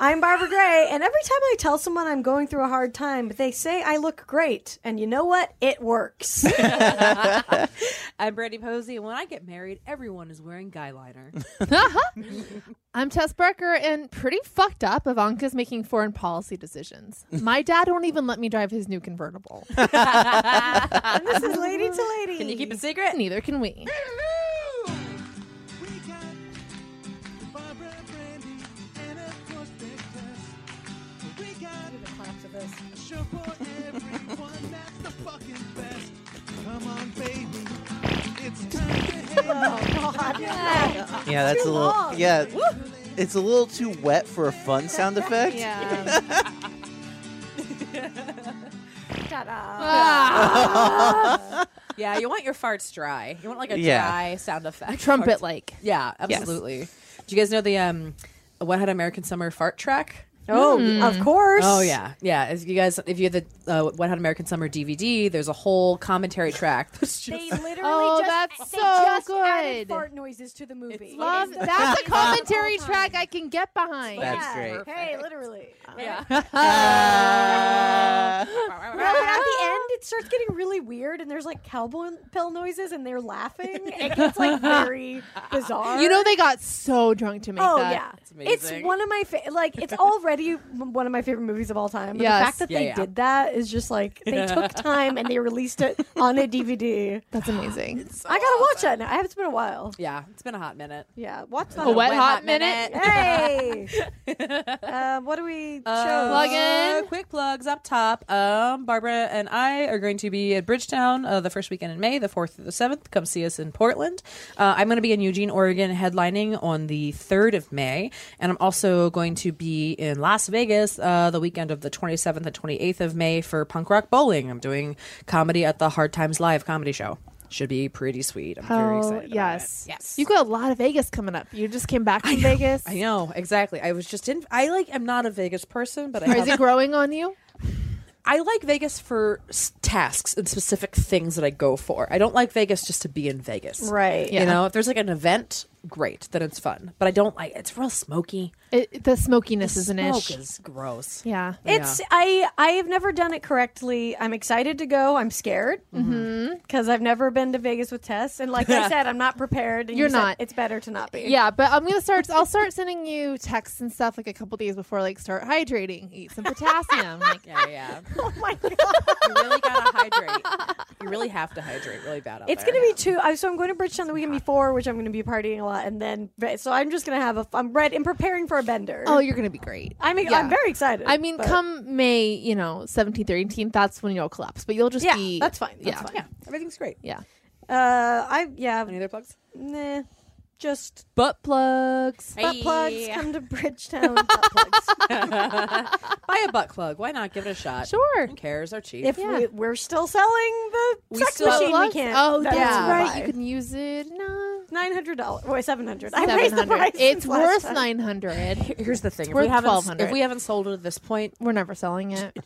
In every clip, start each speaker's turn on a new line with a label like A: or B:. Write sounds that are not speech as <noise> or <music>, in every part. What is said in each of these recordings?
A: I'm Barbara Gray, and every time I tell someone I'm going through a hard time, but they say I look great, and you know what? It
B: <laughs>
A: works.
C: I'm Brandy Posey, and when I get married, everyone is wearing guy liner.
B: I'm Tess Barker, and pretty fucked up. Ivanka's making foreign
C: <laughs>
B: policy decisions. My dad won't even let me drive his new convertible.
A: and this is lady to lady.
C: Can you keep it secret?
B: <laughs> Neither can we.
D: Yeah, that's
A: Too
D: a little.
A: long.
D: Yeah, it's a little too wet for a fun sound effect.
B: Yeah.
A: Shut up.
C: Yeah, you want your farts dry. You want like a
D: Yeah.
C: dry sound effect.
B: <laughs> Trumpet like.
C: Yeah, absolutely. Do you guys know the um, Wet Hot American Summer fart track?
A: Oh,
B: Hmm.
A: of course.
C: Oh yeah, yeah. If you guys, if you have the uh, Wet Hot American Summer DVD, there's a whole commentary track. <laughs> That's just-
A: They literally
B: <laughs> Oh,
A: just,
B: that's
A: they
B: so
A: just added
B: good.
A: fart noises to the movie. It
B: Love
A: is the
B: that's a
A: funniest of all
B: commentary
A: time.
B: track I can get behind.
D: That's
A: Yeah.
D: great.
A: Hey, literally.
C: yeah.
A: No,
B: <laughs>
A: but at the end, it starts getting really weird, and there's like cowboy pill noises, and they're laughing. It gets like very bizarre.
B: <laughs> You know they got so drunk to make
A: Oh
B: that.
A: yeah,
C: amazing.
A: it's one of my fa- like
B: <laughs>
A: it's already m- one of my favorite movies of all time. But
B: Yes.
A: the fact that
C: Yeah,
A: they
C: yeah.
A: did that is just
B: <laughs>
A: like they took time and they released it on a DVD.
B: That's amazing.
A: I gotta watch that now. I have, it's been a while.
C: yeah, it's been a hot minute.
A: Yeah, watch that.
B: a wet,
C: wet
B: hot,
C: hot
B: minute.
C: minute.
B: <laughs>
A: Hey, uh, what do we chose?
B: plug in.
C: Quick plugs up top. Um, Barbara and I are going to be at Bridgetown uh, the first weekend in May, the 4th through the 7th. Come see us in Portland. Uh, I'm going to be in Eugene, Oregon, headlining on the 3rd of May. And I'm also going to be in Las Vegas uh, the weekend of the 27th and 28th of May for Punk Rock Bowling. I'm doing comedy at the Hard Times Live comedy show. Should be pretty sweet. I'm very
B: Oh
C: excited. about it.
B: yes, yes. You got a lot of Vegas coming up. You just came back from Vegas.
C: I know exactly. I was just in. I like. am not a Vegas person, but I
B: Or
C: have
B: is it growing on you?
C: I like Vegas for s- tasks and specific things that I go for. I don't like Vegas just to be in Vegas.
A: Right.
C: You know, if there's like an event, great, then it's fun. But I don't like it's real smoky.
B: It, the smokiness is an
C: Smoke
B: ish.
C: is gross.
B: yeah.
A: It's I I have never done it correctly. I'm excited to go. I'm scared because
B: Mm-hmm.
A: I've never been to Vegas with Tess, and like
B: <laughs>
A: I said, I'm not prepared. And
B: You're
A: you said
B: not.
A: It's better to not be. <laughs>
B: Yeah, but I'm gonna start. I'll start sending you texts and stuff like a couple days before. Like, start hydrating, eat some
A: <laughs>
B: potassium. Like,
C: Yeah, yeah.
A: Oh my god.
C: you really gotta hydrate. You really have to hydrate really bad. Out
A: It's gonna be two. I, so I'm going to Bridgetown the weekend before, which I'm gonna be partying a lot, and then so I'm just gonna have a. I'm ready. I'm preparing for a bender.
B: oh, you're gonna be great.
A: I'm
B: yeah.
A: I'm very excited.
B: I mean,
A: but-
B: come May, you know, 17th, 18th, that's when you'll collapse. But you'll just
A: Yeah,
B: be.
A: that's fine. That's
B: yeah,
A: fine.
C: Yeah, everything's great.
B: yeah.
A: Uh, I yeah.
C: Any other plugs?
A: Nah, just
B: Butt plugs.
A: butt plugs. Come to
B: <laughs>
A: Bridgetown. butt plugs.
C: Buy a butt plug. Why not? Give it a shot.
B: Sure.
C: Who cares? They're cheap.
A: If
B: Yeah.
A: we, we're still selling the
C: We
A: sex
C: still-
A: machine, we
B: Plugs?
A: can't.
B: Oh,
A: That's
B: yeah.
A: right.
B: You can use it. No.
A: Nine hundred dollars. Wait, seven hundred. I raised the price.
B: 700. It's
A: since last
B: worth
A: time.
B: 900.
C: Here's the thing: if
B: worth
C: we haven't
B: 1200.
C: if we haven't sold it at this point,
B: We're never
A: <laughs>
B: selling it.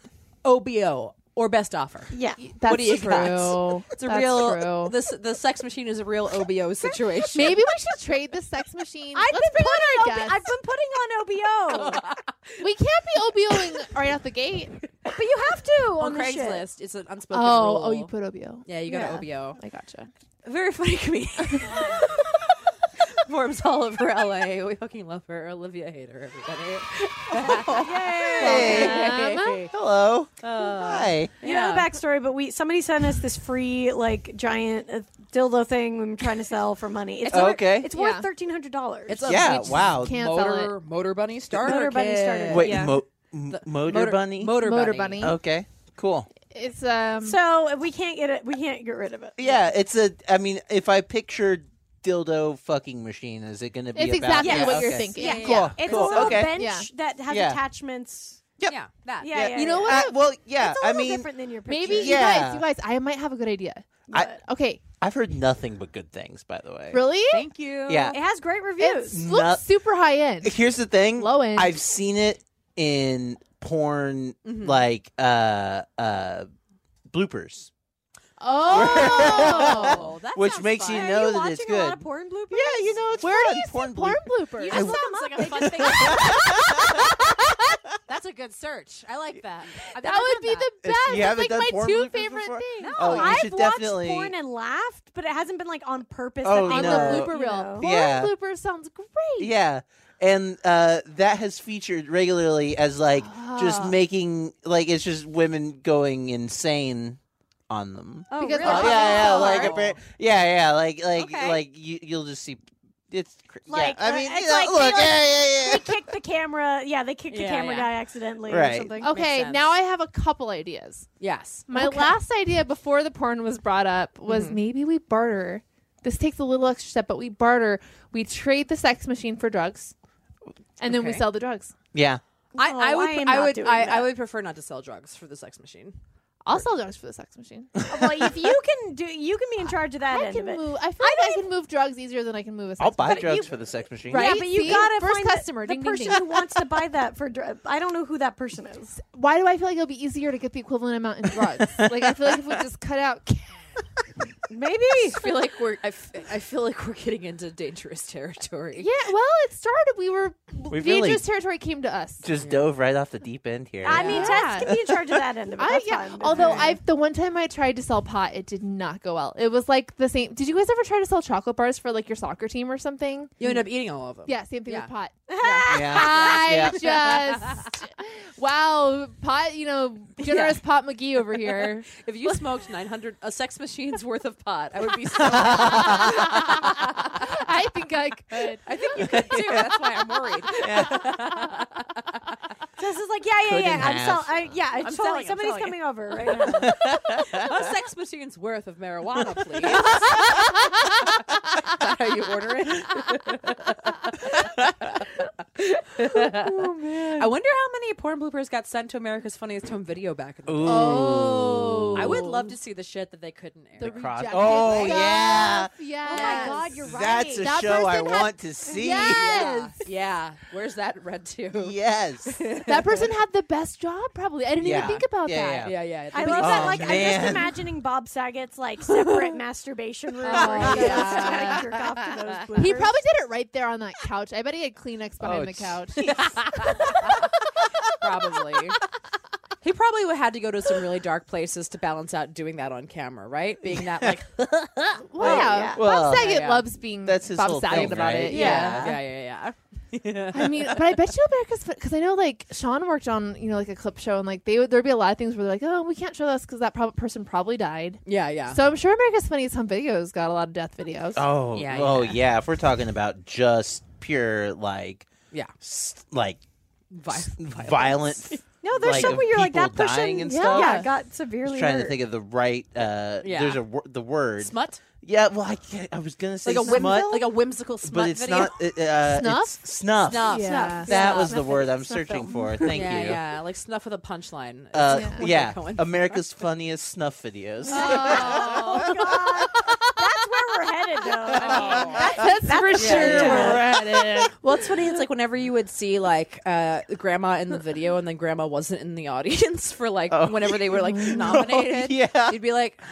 C: OBO or best offer.
A: Yeah.
B: That's
C: do you
B: true.
C: got? It's a
B: That's
C: real
B: true.
C: this the sex machine is a real OBO situation.
B: Maybe we should trade the sex
A: <laughs>
B: machine.
A: I've been
B: Let's bring in
A: putting
B: our
A: on OB-
B: guests.
A: I've been putting on OBO,
B: we can't be OBOing right out the gate.
A: but you have to on,
C: on
A: the shit.
C: Craigslist, it's an unspoken
B: Oh,
C: rule.
B: oh, you put OBO.
C: yeah, you got to <laughs> OBO.
B: I gotcha.
C: Very funny comedian. Forms all over LA. We fucking love her. Olivia Hader, everybody.
D: Hey. Hello.
C: Uh,
D: Hi.
A: You know the backstory, but we somebody sent us this free like giant uh, dildo thing we were trying to sell for money. It's worth-
D: Oh, Okay.
A: it's worth
B: Yeah.
A: thirteen hundred dollars.
C: It's a
D: Yeah.
C: which-
D: Wow.
B: Cancel
C: Motor
B: it.
C: Motor Bunny starter.
A: Motor Bunny
C: kit.
A: starter kit.
D: Wait.
A: Yeah.
D: Mo- m- motor, bunny.
C: Motor,
B: Motor
C: Bunny.
B: bunny.
D: Okay. Cool.
B: It's um.
A: So uh, we can't get it. We can't get rid of it.
D: Yeah, it's a. I mean, if I picture dildo fucking machine, is it going to be?
B: It's
D: about
B: exactly
D: that?
B: what you're
D: Okay.
B: thinking.
A: Yeah,
B: Yeah.
D: Cool.
A: It's a
D: cool.
A: little
D: okay.
A: bench
B: Yeah.
A: that has
D: Yeah.
A: attachments.
D: Yep.
C: Yeah, that.
A: Yeah, yeah,
B: You know
A: yeah.
B: what?
D: Uh, well, yeah.
A: It's a
D: I
A: little
D: mean,
A: different than your picture.
B: Maybe
D: Yeah.
B: you guys, you guys, I might have a good idea.
D: I,
B: Okay,
D: I've heard nothing but good things. By the way,
B: really?
C: Thank you.
D: Yeah.
A: it has great
B: It
A: reviews.
D: It's-
B: looks
D: No-
B: super high end.
D: Here's the thing.
B: Low end.
D: I've seen it in porn,
C: Mhm.
D: like uh uh bloopers.
B: Oh,
C: Oh, that
D: Which
C: sounds
D: makes
C: fun.
D: you
A: Are
D: know
A: you
D: that
A: watching
D: it's
A: a lot
D: good.
A: of porn bloopers?
D: Yeah, you know it's
B: where
D: fun.
B: do you
D: <laughs> porn
B: see porn
D: bloopers.
B: bloopers?
C: You
D: I-
C: just look
A: Sounds
C: like
A: like
C: a
A: a
C: fun thing. That's a good search. I like that. I've
B: that
C: never
B: would be
C: done that.
B: the best.
D: It's- you
B: That's
D: haven't
B: like
D: done
B: my
D: porn
B: two
D: bloopers
B: favorite
D: before?
B: things.
D: <laughs> Oh, you
A: I've
D: should
A: watched
D: definitely.
A: porn and laughed, but it hasn't been like on purpose.
D: Oh,
A: that they
B: on the
D: no.
A: know,
B: blooper
A: you
B: reel.
A: know.
B: Porn
D: Yeah.
B: blooper sounds great.
D: Yeah. And uh, that has featured regularly as like just
B: Ah.
D: making like it's just women going insane on them.
C: Oh,
B: Because
C: really?
B: they're
D: Uh,
B: fucking
D: yeah, yeah,
B: so
D: like
B: hard.
D: appar- yeah, yeah, like like
A: Okay.
D: like you you'll just see it's cr-
A: Like,
D: yeah. I
A: uh,
D: mean,
A: it's
D: you know,
A: like- they,
D: look,
A: like-
D: yeah, yeah,
A: They kicked the camera. Yeah, they kicked the
C: Yeah,
A: camera
C: yeah.
A: guy accidentally
D: Right.
A: or something.
B: Okay,
C: sense.
B: now I have a couple ideas.
C: Yes.
B: My last idea before the porn was brought up was maybe we barter. This takes a little extra step, but we barter. We trade the sex machine for drugs, and then we
C: Okay.
B: sell the drugs.
D: yeah.
C: I,
A: No,
C: I would
A: I
C: Oh, I,
A: am not
C: would
A: doing
C: I, I
A: that.
C: would prefer not to sell drugs for the sex machine.
B: I'll sell drugs for the sex machine.
A: well, if you can do, you can be in charge of that
B: I
A: end
B: can
A: of it.
B: move. I feel like I can move drugs easier than I can move a sex
D: I'll buy
B: machine.
D: drugs
A: you-
D: for the sex machine.
B: Right?
A: Yeah, but you
B: See?
A: gotta
B: First
A: find
B: customer,
A: the,
B: ding,
A: the
B: ding,
A: person
B: ding.
A: who wants to buy that for. Dr- I don't know who that person is.
B: <laughs> Why do I feel like it'll be easier to get the equivalent amount in drugs? like I feel like if we just cut <laughs> out.
A: Maybe
C: <laughs> I feel like we're I, f- I feel like we're getting into dangerous territory.
B: Yeah, well, it started. We were
D: We
B: dangerous
D: really-
B: territory came to us.
D: Just dove right off the deep end here.
A: I mean,
B: Yeah.
A: Tess can be in charge of that end of it.
B: I-
A: That's
B: yeah.
A: fine.
B: Although I've the one time I tried to sell pot, it did not go well. It was like the same. Did you guys ever try to sell chocolate bars for like your soccer team or something?
C: You end up eating all of them.
B: Yeah, same thing
C: Yeah.
B: with pot.
D: yeah.
B: <laughs> I just wow, pot. You know, generous pot McGee over
A: <laughs>
B: here. <laughs>
C: If you smoked 900 a sex machine's worth of pot, I would be <laughs> so I
B: I think I could.
C: think you could too. That's why I'm worried.
A: Tess is like, yeah, yeah,
D: Could
A: yeah.
D: and
A: I'm
D: have.
A: sell- I, yeah, I'm
C: I'm
A: totally.
C: selling, I'm
A: somebody's
C: selling.
A: coming over right <laughs> now.
C: A sex machine's worth of marijuana, please.
B: <laughs>
C: Is that how you order it?
B: Oh,
C: I wonder how many porn bloopers got sent to America's Funniest Home Video back in the day.
B: Oh,
C: I would love to see the shit that they couldn't air.
B: the
D: Cross-
B: rejected
D: Oh,
B: stuff.
D: yeah.
B: yes.
A: Oh my god, you're right.
D: That's a
B: That
D: show I
B: person had-
D: want to see.
B: Yes.
C: yeah. Where's that red too?
A: <laughs>
D: Yes.
B: That person had the best job, probably. I didn't
D: Yeah.
B: even think about
D: Yeah,
B: that.
D: yeah.
C: Yeah, yeah.
A: I love that.
D: Oh,
A: Like I'm
D: man.
A: just imagining Bob Saget's <laughs> like separate masturbation room where he
B: yeah.
A: Oh, yeah. jerk off to
D: <laughs>
A: those bloopers.
B: He probably did it right there on that couch. I bet he had Kleenex behind
D: Oh,
B: the
D: jeez. <laughs>
B: couch. <laughs>
C: probably. He probably would- had to go to some really dark places to balance out doing that on camera, right? Being that like
B: Well, yeah.
A: yeah.
D: Well,
B: Bob Saget
C: yeah, yeah.
B: loves being
D: That's his
B: Bob
D: whole
B: Saget
D: thing,
B: about
D: right?
B: it.
C: yeah,
B: Yeah.
C: yeah, yeah, yeah.
B: I mean, but I bet you America's because I know like Sean worked on you know like a clip show and like they would there'd be a lot of things where they're like oh we can't show this because that prob- person probably died.
C: Yeah, yeah.
B: So I'm sure America's Funniest Home Videos got a lot of death videos.
D: Oh,
C: Yeah,
D: oh
C: yeah.
D: yeah. If we're talking about just pure like,
C: yeah.
D: s- like
C: Vi-
D: s- violent,
A: no, there's
D: like,
A: some
D: of
A: where you're like
D: people
A: that person.
D: dying and
A: yeah,
D: stuff.
A: yeah, got
D: I was
A: severely.
D: trying to
A: hurt.
D: think of the right. Uh,
C: Yeah.
D: There's a wor- the word.
C: smut,
D: Yeah. Well, I can't, I was gonna say
C: like a
D: smut,
C: whim- like a whimsical smut
D: but it's
C: video.
D: not. It, uh,
B: Snuff?
D: It's snuff.
C: Snuff.
B: Yeah.
D: That
C: Snuff.
D: was the word I'm
A: Snuff
D: searching
A: film.
D: for. Thank
C: yeah,
D: you.
C: yeah, like snuff with a punchline.
B: Yeah.
D: Uh, yeah.
C: What they're going for.
D: America's funniest snuff videos.
B: Oh.
A: Oh, God. <laughs> That's where we're headed, <laughs> though. I mean, that's
B: <laughs> that's, for
C: yeah.
B: sure.
C: well, it's funny. It's like whenever you would see like uh, grandma in the video, and then grandma wasn't in the audience for like whenever they were
D: <laughs>
C: like nominated.
D: Oh. yeah.
C: you'd be like, "Ah,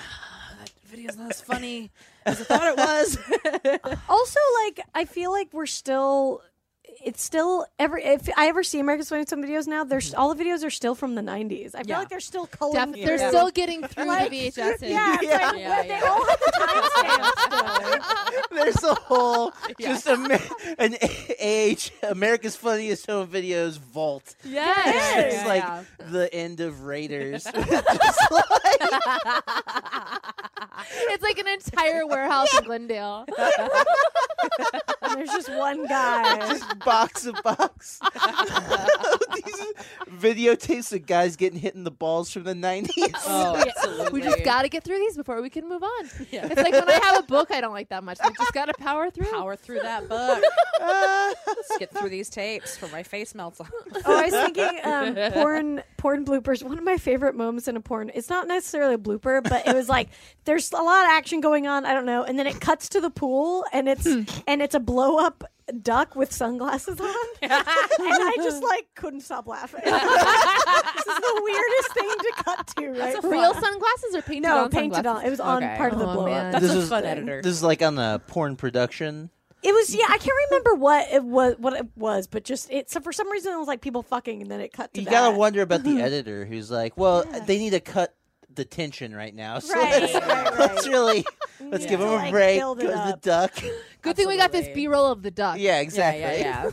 C: that video's not as funny as I thought it was. <laughs>
A: also like I feel like we're still. It's still every if I ever see America's Funniest Home videos now, there's
D: Mm-hmm.
A: all the videos are still from the 90s. I feel
C: Yeah.
A: like they're still culling.
B: Def-
A: through.
B: They're still getting through the VHS.
D: <laughs>
A: Yeah, it's like,
C: Yeah.
A: they all have the timestamps still.
D: There's
C: <laughs>
D: a whole just Amer- an age America's Funniest Home Videos vault.
B: Yes.
D: It's
C: Yeah,
D: like
C: yeah.
D: the end
C: <laughs>
D: of Raiders. <laughs>
B: It's like an entire warehouse in Glendale.
A: There's just one <laughs> guy.
D: Just box of box. <laughs> These videotapes of guys getting hit in the balls from the 90s.
B: <laughs>
C: Oh, absolutely.
B: We just got to get through these before we can
C: <laughs>
B: move on. It's like when I have a book I don't like that much. We just got to power through.
C: power through that
D: <laughs>
C: book. Let's get through these tapes for my face melts off.
A: Oh, I was thinking um, porn porn bloopers. One of my favorite moments in a porn. It's not necessarily a blooper, but it was like <laughs> there's a lot of action going on. I don't know, and then it cuts to the pool, and it's and it's a blow up duck with sunglasses on, and I just like couldn't stop laughing. this is the weirdest thing to cut to, right?
B: <laughs> Real sunglasses or painted
A: no,
B: on
A: painted
B: sunglasses?
A: on. It was on
C: Okay.
A: part of the
B: Oh,
A: blow
B: man.
A: up.
C: <laughs>
B: That's
D: This
C: a
D: is-
C: fun editor.
D: This is like on a porn production.
A: It was yeah, I can't remember what it was what it was, but just it so for some reason it was like people fucking and then it cut to
D: You
A: that.
D: gotta wonder
A: <laughs>
D: about the editor who's like, well, they need to cut the tension right now. <laughs> So
A: Right,
D: let's,
A: right, right.
D: let's really let's give
A: to,
D: him a
A: like,
D: break.
A: build it
D: Go to the
A: up. <laughs>
D: duck. <laughs>
B: Good thing we got this
C: Absolutely.
B: B roll of the duck.
D: yeah, exactly.
C: Yeah, yeah, yeah. <laughs> well,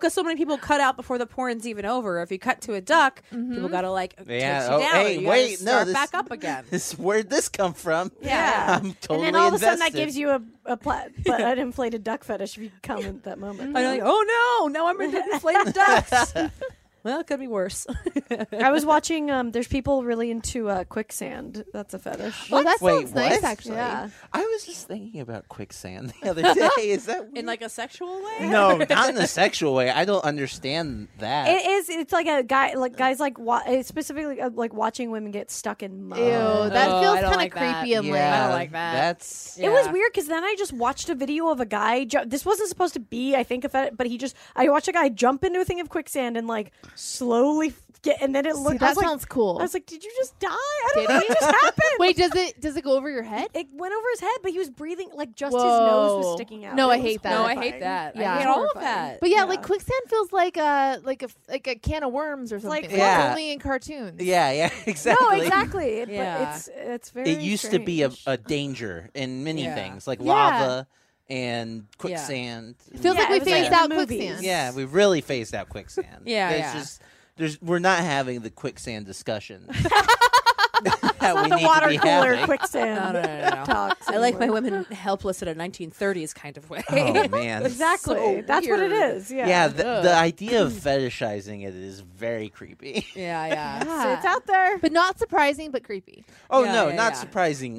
C: because so many people cut out before the porn's even over. If you cut to a duck, people gotta like take
D: Yeah,
C: you
D: oh,
C: down.
D: hey,
C: you gotta
D: wait, no,
C: start
D: this-
C: back up
D: <laughs>
C: again.
D: <laughs> This where'd this come from?
A: Yeah.
D: <laughs> I'm totally
A: and then all of a sudden,
D: invested.
A: that gives you a, a pla- <laughs> but an inflated duck fetish if you come at that moment.
C: I'm like, oh no, now I'm into
D: <laughs>
C: inflated ducks. <laughs> well, it could be worse. <laughs>
A: I was watching. Um, there's people really into uh, quicksand. That's a fetish.
B: Oh, that
D: Wait,
B: sounds nice,
D: what?
B: actually.
A: Yeah.
D: I was just thinking about quicksand the other <laughs> day. Is
A: <laughs>
D: that
C: in like a sexual way. <laughs>
D: no, not in a sexual way. I don't understand that.
A: It is. It's like a guy, like guys, like wa- it's specifically uh, like watching women get stuck in mud.
B: Ew, that
C: Oh,
B: feels
C: I
B: kind
C: don't
B: of
C: like that.
B: creepy and
C: I
B: lame.
C: don't like that.
D: That's
A: It was
C: Yeah.
A: weird because then I just watched a video of a guy. Ju- this wasn't supposed to be, I think, a fetish, but he just. I watched a guy jump into a thing of quicksand and like slowly f- get, and then it looked.
B: See,
A: I
B: that
A: was like-
B: sounds cool.
A: I was like, did you just die? I don't
B: Did
A: know.
B: he?
A: What just
B: <laughs>
A: happened?
B: Wait, does it does it go over your head?
A: It went over his head, but he was breathing like just his nose was
B: Whoa.
A: sticking out.
B: No,
A: It
B: I
A: was
B: hate that.
C: No, I
A: horrifying.
C: hate that.
B: Yeah.
C: I hate all of
A: Horrifying.
C: that.
B: But yeah,
A: Yeah.
B: like quicksand feels like a like a like a can of worms or something.
A: like,
B: Like,
D: Yeah.
B: only in cartoons.
D: yeah, yeah, <laughs> exactly.
A: <laughs> No, exactly. It,
C: Yeah.
A: but it's it's very.
D: It used to be a,
A: strange.
D: a danger in many
C: Yeah.
D: things, like
B: Yeah.
D: lava and quicksand.
B: It feels
A: Yeah,
B: like
A: it
B: we
A: was like
B: phased
A: in
B: out
A: the movies.
B: quicksand.
D: Yeah, we really phased out quicksand.
C: Yeah,
D: there's
C: yeah.
D: just there's we're not having the
C: <laughs>
D: quicksand discussion. that we
A: the
D: need
A: water
D: to be
A: cooler <laughs>
C: <laughs>
D: having.
A: quicksand.
C: No, no, no, no, no.
A: Talks
C: I like my
A: anymore.
C: women helpless in a 1930s kind of <laughs> way.
D: Oh man,
A: Exactly.
C: so
A: That's what it
C: weird.
A: is.
D: yeah.
A: Yeah.
D: the, the idea of fetishizing it is
C: <clears throat>
D: very creepy.
C: Yeah, yeah.
A: So it's out there.
B: But not surprising, but creepy.
D: Oh
C: Yeah,
D: no,
C: yeah,
D: not
C: yeah.
D: surprising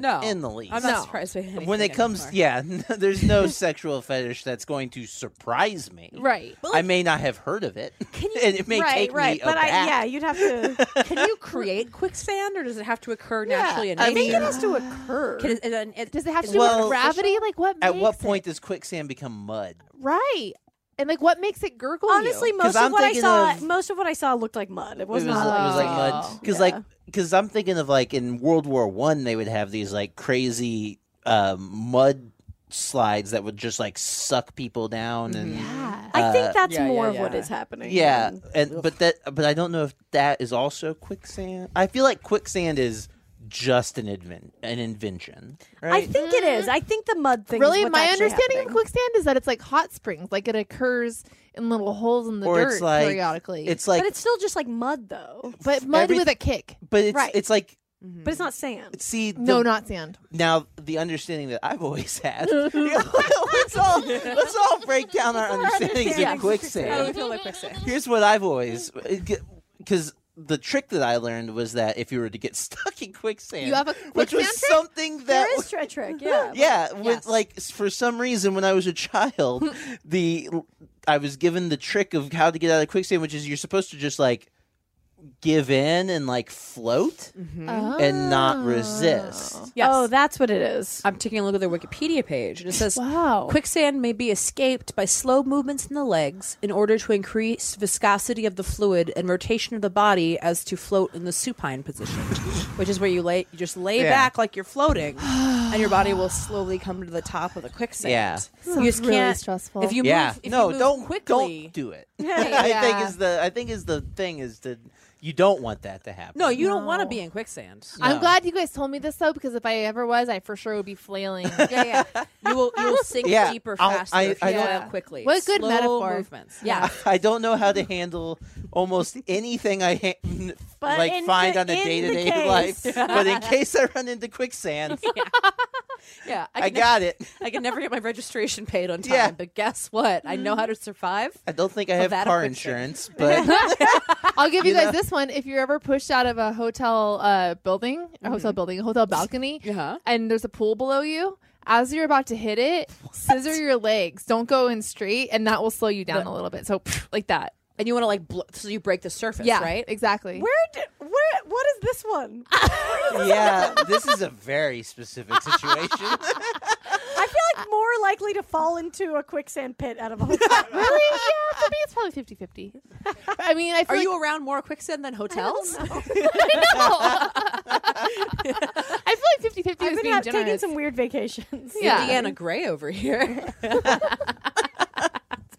C: <laughs> No,
D: in the least.
C: I'm not
B: No.
C: surprised by anything
D: when it comes,
C: anymore.
D: yeah, <laughs>
A: <laughs>
D: there's no sexual fetish that's going to surprise me.
B: Right.
D: I may not have heard of it, <laughs> and it may
A: right,
D: take
A: right.
D: me
A: but I,
D: aback.
A: yeah, you'd have
D: <laughs>
A: to.
C: Can you create quicksand, or does it have to occur naturally in
D: I
C: nature?
D: mean-
A: it has to occur.
C: Can- is it an- it-
B: Does it have to
C: is
B: do
D: Well-
B: with gravity? Like what?
D: At
B: makes
D: what point
B: It?
D: does quicksand become mud?
B: Right. And like what makes it gurgle?
A: Honestly,
B: you?
A: most
D: 'Cause
A: of
D: I'm
A: what I
D: thinking
A: saw,
D: of-
A: most of what I saw looked like mud. It
D: It was,
A: was
D: it
A: not.
D: was like mud
B: Oh.
D: because
A: Yeah.
D: like because I'm thinking of like in World War One they would have these like crazy um, mud slides that would just like suck people down and
A: Mm-hmm.
B: yeah.
A: I
D: uh,
A: think that's
C: yeah, yeah,
A: more of what
C: yeah.
A: is happening.
D: yeah
A: than-
D: and but that but I don't know if that is also quicksand. I feel like quicksand is just an invent an invention,
A: I
D: right?
A: think it is. I think the mud thing. is
B: Really,
A: what's
B: my
A: actually
B: understanding
A: happening.
B: of quicksand is that it's like hot springs, like it occurs in little holes in the
D: or
B: dirt
D: it's like
B: periodically.
D: It's like
A: but it's still just like mud, though.
B: but mud
D: every-
B: with a kick.
D: but it's,
A: right.
D: it's like
A: But it's not sand.
D: see the,
B: No, not sand.
D: now the understanding that I've always had. <laughs> let's all let's all break down our understandings
A: understandings.
D: of
C: How do we
D: quicksand.
C: feel like quicksand?
D: Here's what I've always because the trick that I learned was that if you were to get <laughs> stuck in quicksand,
B: You have a
D: which was
B: quicksand trick?
D: something that
A: There is a trick, yeah.
D: yeah, with,
C: Yes.
D: like s- for some reason when I was
C: <laughs>
D: a child, the I was given the trick of how to get out of quicksand, which is you're supposed to just like give in and like float
C: Mm-hmm.
D: and not resist.
C: Yes.
A: Oh, that's what it is.
C: I'm taking a look at their Wikipedia page, and it says
B: Wow.
C: quicksand may be escaped by slow movements in the legs in order to increase viscosity of the fluid and rotation of the body as to float in the supine position, which is where you lay, you just lay
D: Yeah.
C: back like you're floating, and your body will slowly come to the top of the quicksand.
D: Yeah.
C: you just
B: really
C: can't.
B: stressful.
C: If you
D: yeah,
C: move, if
D: no,
C: you move
D: don't
C: quickly.
D: don't
C: <laughs>
D: do it. <laughs> <laughs> I
B: Yeah.
D: think is the I think is the thing is that you don't want that to happen.
C: No, you don't want to be in quicksand.
B: I'm
D: No.
B: glad you guys told me this though, because if I ever was, I for sure would be
D: <laughs>
B: flailing.
C: Yeah, yeah. You will you will sink
D: Yeah,
C: deeper
D: I'll-
C: faster
D: I-
C: if you
D: I
C: don't
D: don't-
C: out quickly.
B: What a good
C: Slow
B: metaphor.
C: Movements. Yeah.
D: <laughs> I don't know how to handle almost anything I ha-
A: But
D: like
A: in
D: find
A: the-
D: on a
A: in the
D: day to
C: <laughs>
D: day
A: case.
D: life. but in case I run into quicksand,
C: yeah,
D: I
C: can nev-
D: got it.
C: <laughs> I can never get my registration paid
D: <laughs>
C: on time,
D: Yeah.
C: but guess what? I know how to survive.
D: I don't think I
C: Well,
D: have
C: that
D: car
C: affects it.
D: insurance, <laughs> but
B: I'll give you,
D: You
B: guys
D: know?
B: this one. If you're ever pushed out of a hotel uh, building, a hotel building, a hotel balcony,
C: Uh-huh.
B: and there's a pool below you, as you're about to hit it, scissor your legs. Don't go in straight, and that will slow you down a little bit. So like that.
C: And you want to like, bl- so you break the surface,
B: yeah.
C: right?
B: Exactly.
A: Where, d where, what is this <laughs> one?
D: yeah, this is a very specific situation.
A: I feel like more likely to fall into a quicksand pit out of a
B: <laughs>
A: hotel.
B: really? Yeah. For me, it's probably 50 50. <laughs> I mean, I
C: Are
B: feel like,
C: you around more quicksand than hotels?
B: <laughs> I feel like 50 50
A: I've
B: is
A: been
B: being
A: out-
B: generous.
A: taking some weird vacations.
B: Yeah.
C: Indiana Gray over here. <laughs>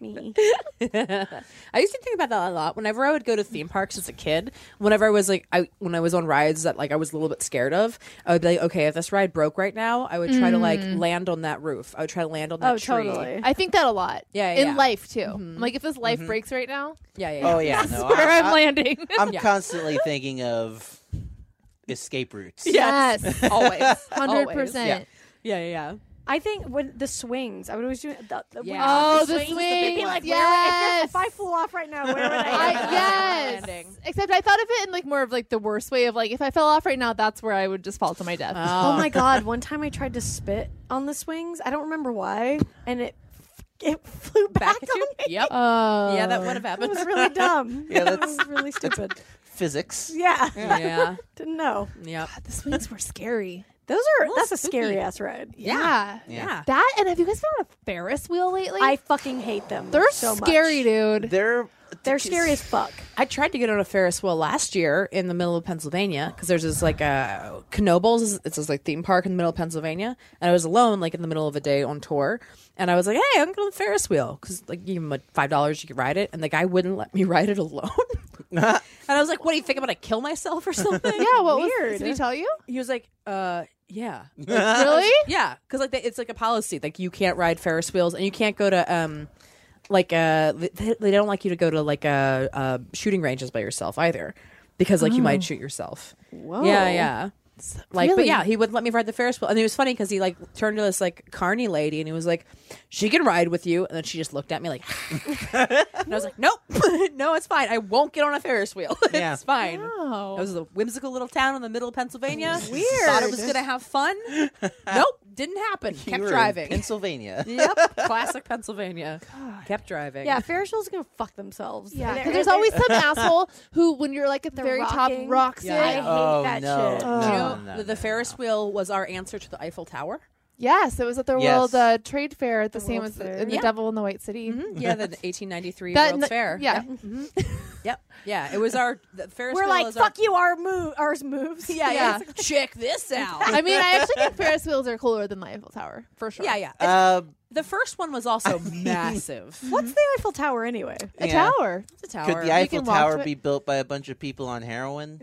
A: It's me.
C: I used to think about that a lot. Whenever I would go to theme parks as a kid, whenever I was like, I when I was on rides that like I was a little bit scared of, I would be like, okay, if this ride broke right now, I would try to like land on that roof. I would try to land on that
A: Oh,
C: tree.
A: totally.
B: I think that a lot.
C: Yeah,
B: In
C: yeah.
B: life, too. Like, if this life breaks right now,
C: Yeah, yeah. yeah. <laughs>
D: <laughs> Oh yeah,
B: <laughs>
D: no,
B: where
D: I,
B: I'm landing.
D: am constantly thinking of escape routes.
B: Yes.
C: always, <laughs>
B: Hundred
D: Yeah.
B: percent.
C: Yeah, yeah, yeah.
A: I think when the swings, I would always do the, the
C: Yeah.
B: Oh,
C: The
B: the
C: swings,
B: swings.
C: the big
A: Be like, where would,
B: yes.
A: if, if I flew off right now, where would I?
B: I,
A: end up?
B: yes.
C: Landing.
B: Except I thought of it in like more of like the worst way of like if I fell off right now, that's where I would just fall to my death.
C: <laughs>
A: Oh
C: Um,
A: my god! One time I tried to spit on the swings. I don't remember why, and it it flew back,
C: Back at
A: on
C: you.
A: me.
C: Yep.
B: Oh.
C: yeah, that would have
A: It
C: happened.
A: was really dumb. <laughs>
D: Yeah,
A: it
D: that's-
A: was really stupid.
D: Physics.
A: Yeah,
C: <laughs> yeah.
A: <laughs> didn't know.
C: Yeah.
B: the swings were scary.
A: Those are that's a
C: spooky.
A: scary ass ride.
B: Yeah.
C: Yeah.
B: That and have you guys been on a Ferris wheel lately?
A: I fucking hate them.
B: They're
A: so
B: scary,
A: Much.
B: dude.
D: They're
A: They're scary
D: <laughs>
A: as fuck.
C: I tried to get on a Ferris wheel last year in the middle of Pennsylvania because there's this like uh, Knoebels. It's this like theme park in the middle of Pennsylvania, and I was alone like in the middle of a day on tour, and I was like, "Hey, I'm going on the Ferris wheel because like you give him like, five dollars, you could ride it," and the guy wouldn't let me <laughs> ride it alone. and I was like, "What do you think I'm going to kill myself or something?"
B: yeah, what was
A: Weird.
B: did he tell you?
C: He was like, "Uh, <laughs> yeah."
B: really?
C: Yeah, because like they, it's like a policy, like you can't ride Ferris wheels and you can't go to um, like uh, they, they don't like you to go to like uh, uh shooting ranges by yourself either, because like you might shoot yourself. Oh. Whoa. Yeah, yeah. Like, but
B: Really?
C: yeah, he wouldn't let me ride the Ferris wheel, and it was funny because he like turned to this like carny lady, and he was like, "She can ride with you," and then she just looked at me like, <laughs> and I was like, "Nope, <laughs> no, it's fine. I won't get on a Ferris wheel. <laughs>
D: Yeah.
C: it's fine."
B: Wow.
C: It was a whimsical little town in the middle of <laughs> Pennsylvania.
D: Weird.
C: Thought it was gonna have <laughs> fun. nope, didn't happen.
D: You
C: Kept
D: were in
C: driving.
D: Pennsylvania.
C: <laughs> yep, classic Pennsylvania. Kept driving.
A: Yeah, Ferris wheels are gonna fuck themselves.
B: Yeah,
A: They're-
B: because there's
A: they're-
B: always
A: <laughs>
B: some asshole who, when you're like at the
A: They're
B: very
A: rocking.
B: top, rocks
C: Yeah.
B: it.
A: I hate
D: Oh,
A: that
D: no.
A: shit.
C: Do you know
D: No, no,
C: the,
D: no,
C: Ferris wheel was our answer to the Eiffel Tower.
B: Yes, it was at the
D: Yes.
B: World uh, Trade Fair, the, same
A: World's
B: as the,
A: Fair. Mm-hmm.
B: in the
C: Yeah.
B: Devil in the White
C: <laughs>
B: City.
C: Yeah, the 1893
B: That
C: World's
B: n-
C: Fair.
B: Yeah.
A: <laughs>
C: Yep. Yep. Yeah, it was our the Ferris
A: We're
C: wheel.
A: like,
C: is
A: fuck you, our move, ours moves.
C: Our, yeah, yeah.
B: Yeah.
C: <laughs> Check this out.
B: I mean, I actually think Ferris wheels are cooler than the Eiffel Tower for sure.
C: yeah, yeah.
D: Uh,
C: The first one was <laughs> also massive.
A: What's the Eiffel Tower anyway?
B: A
D: yeah.
B: tower.
C: the tower?
D: Could the
B: I-
D: Eiffel
B: can walk
D: Tower
B: to it.
D: be built by a bunch of people on heroin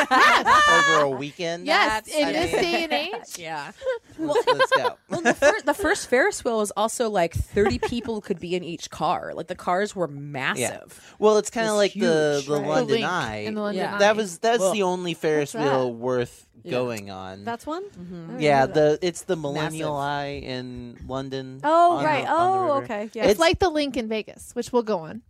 D: over a weekend?
B: Yes, in
D: I
B: this
A: <laughs>
D: mean-
B: day and age.
C: yeah.
D: Let's, let's go.
C: Well, the, fir- the first Ferris wheel was also like 30 people could be in each car. Like the cars <laughs> were massive.
D: Well, it's kind of
C: It's
D: like the
C: huge,
D: the
C: right? The
D: London
B: link
D: Eye.
B: in the London
C: Yeah.
B: Eye.
D: that was that's the only Ferris
A: What's that?
D: wheel worth going on.
A: That's one. I don't
D: yeah,
A: know that.
D: the it's the Millennial
C: Massive.
D: Eye in London.
A: Oh
D: on the-
A: right.
D: on the
A: oh
D: river.
A: okay. Yeah.
B: It's,
D: It's-
B: like the link in Vegas, which we'll go on.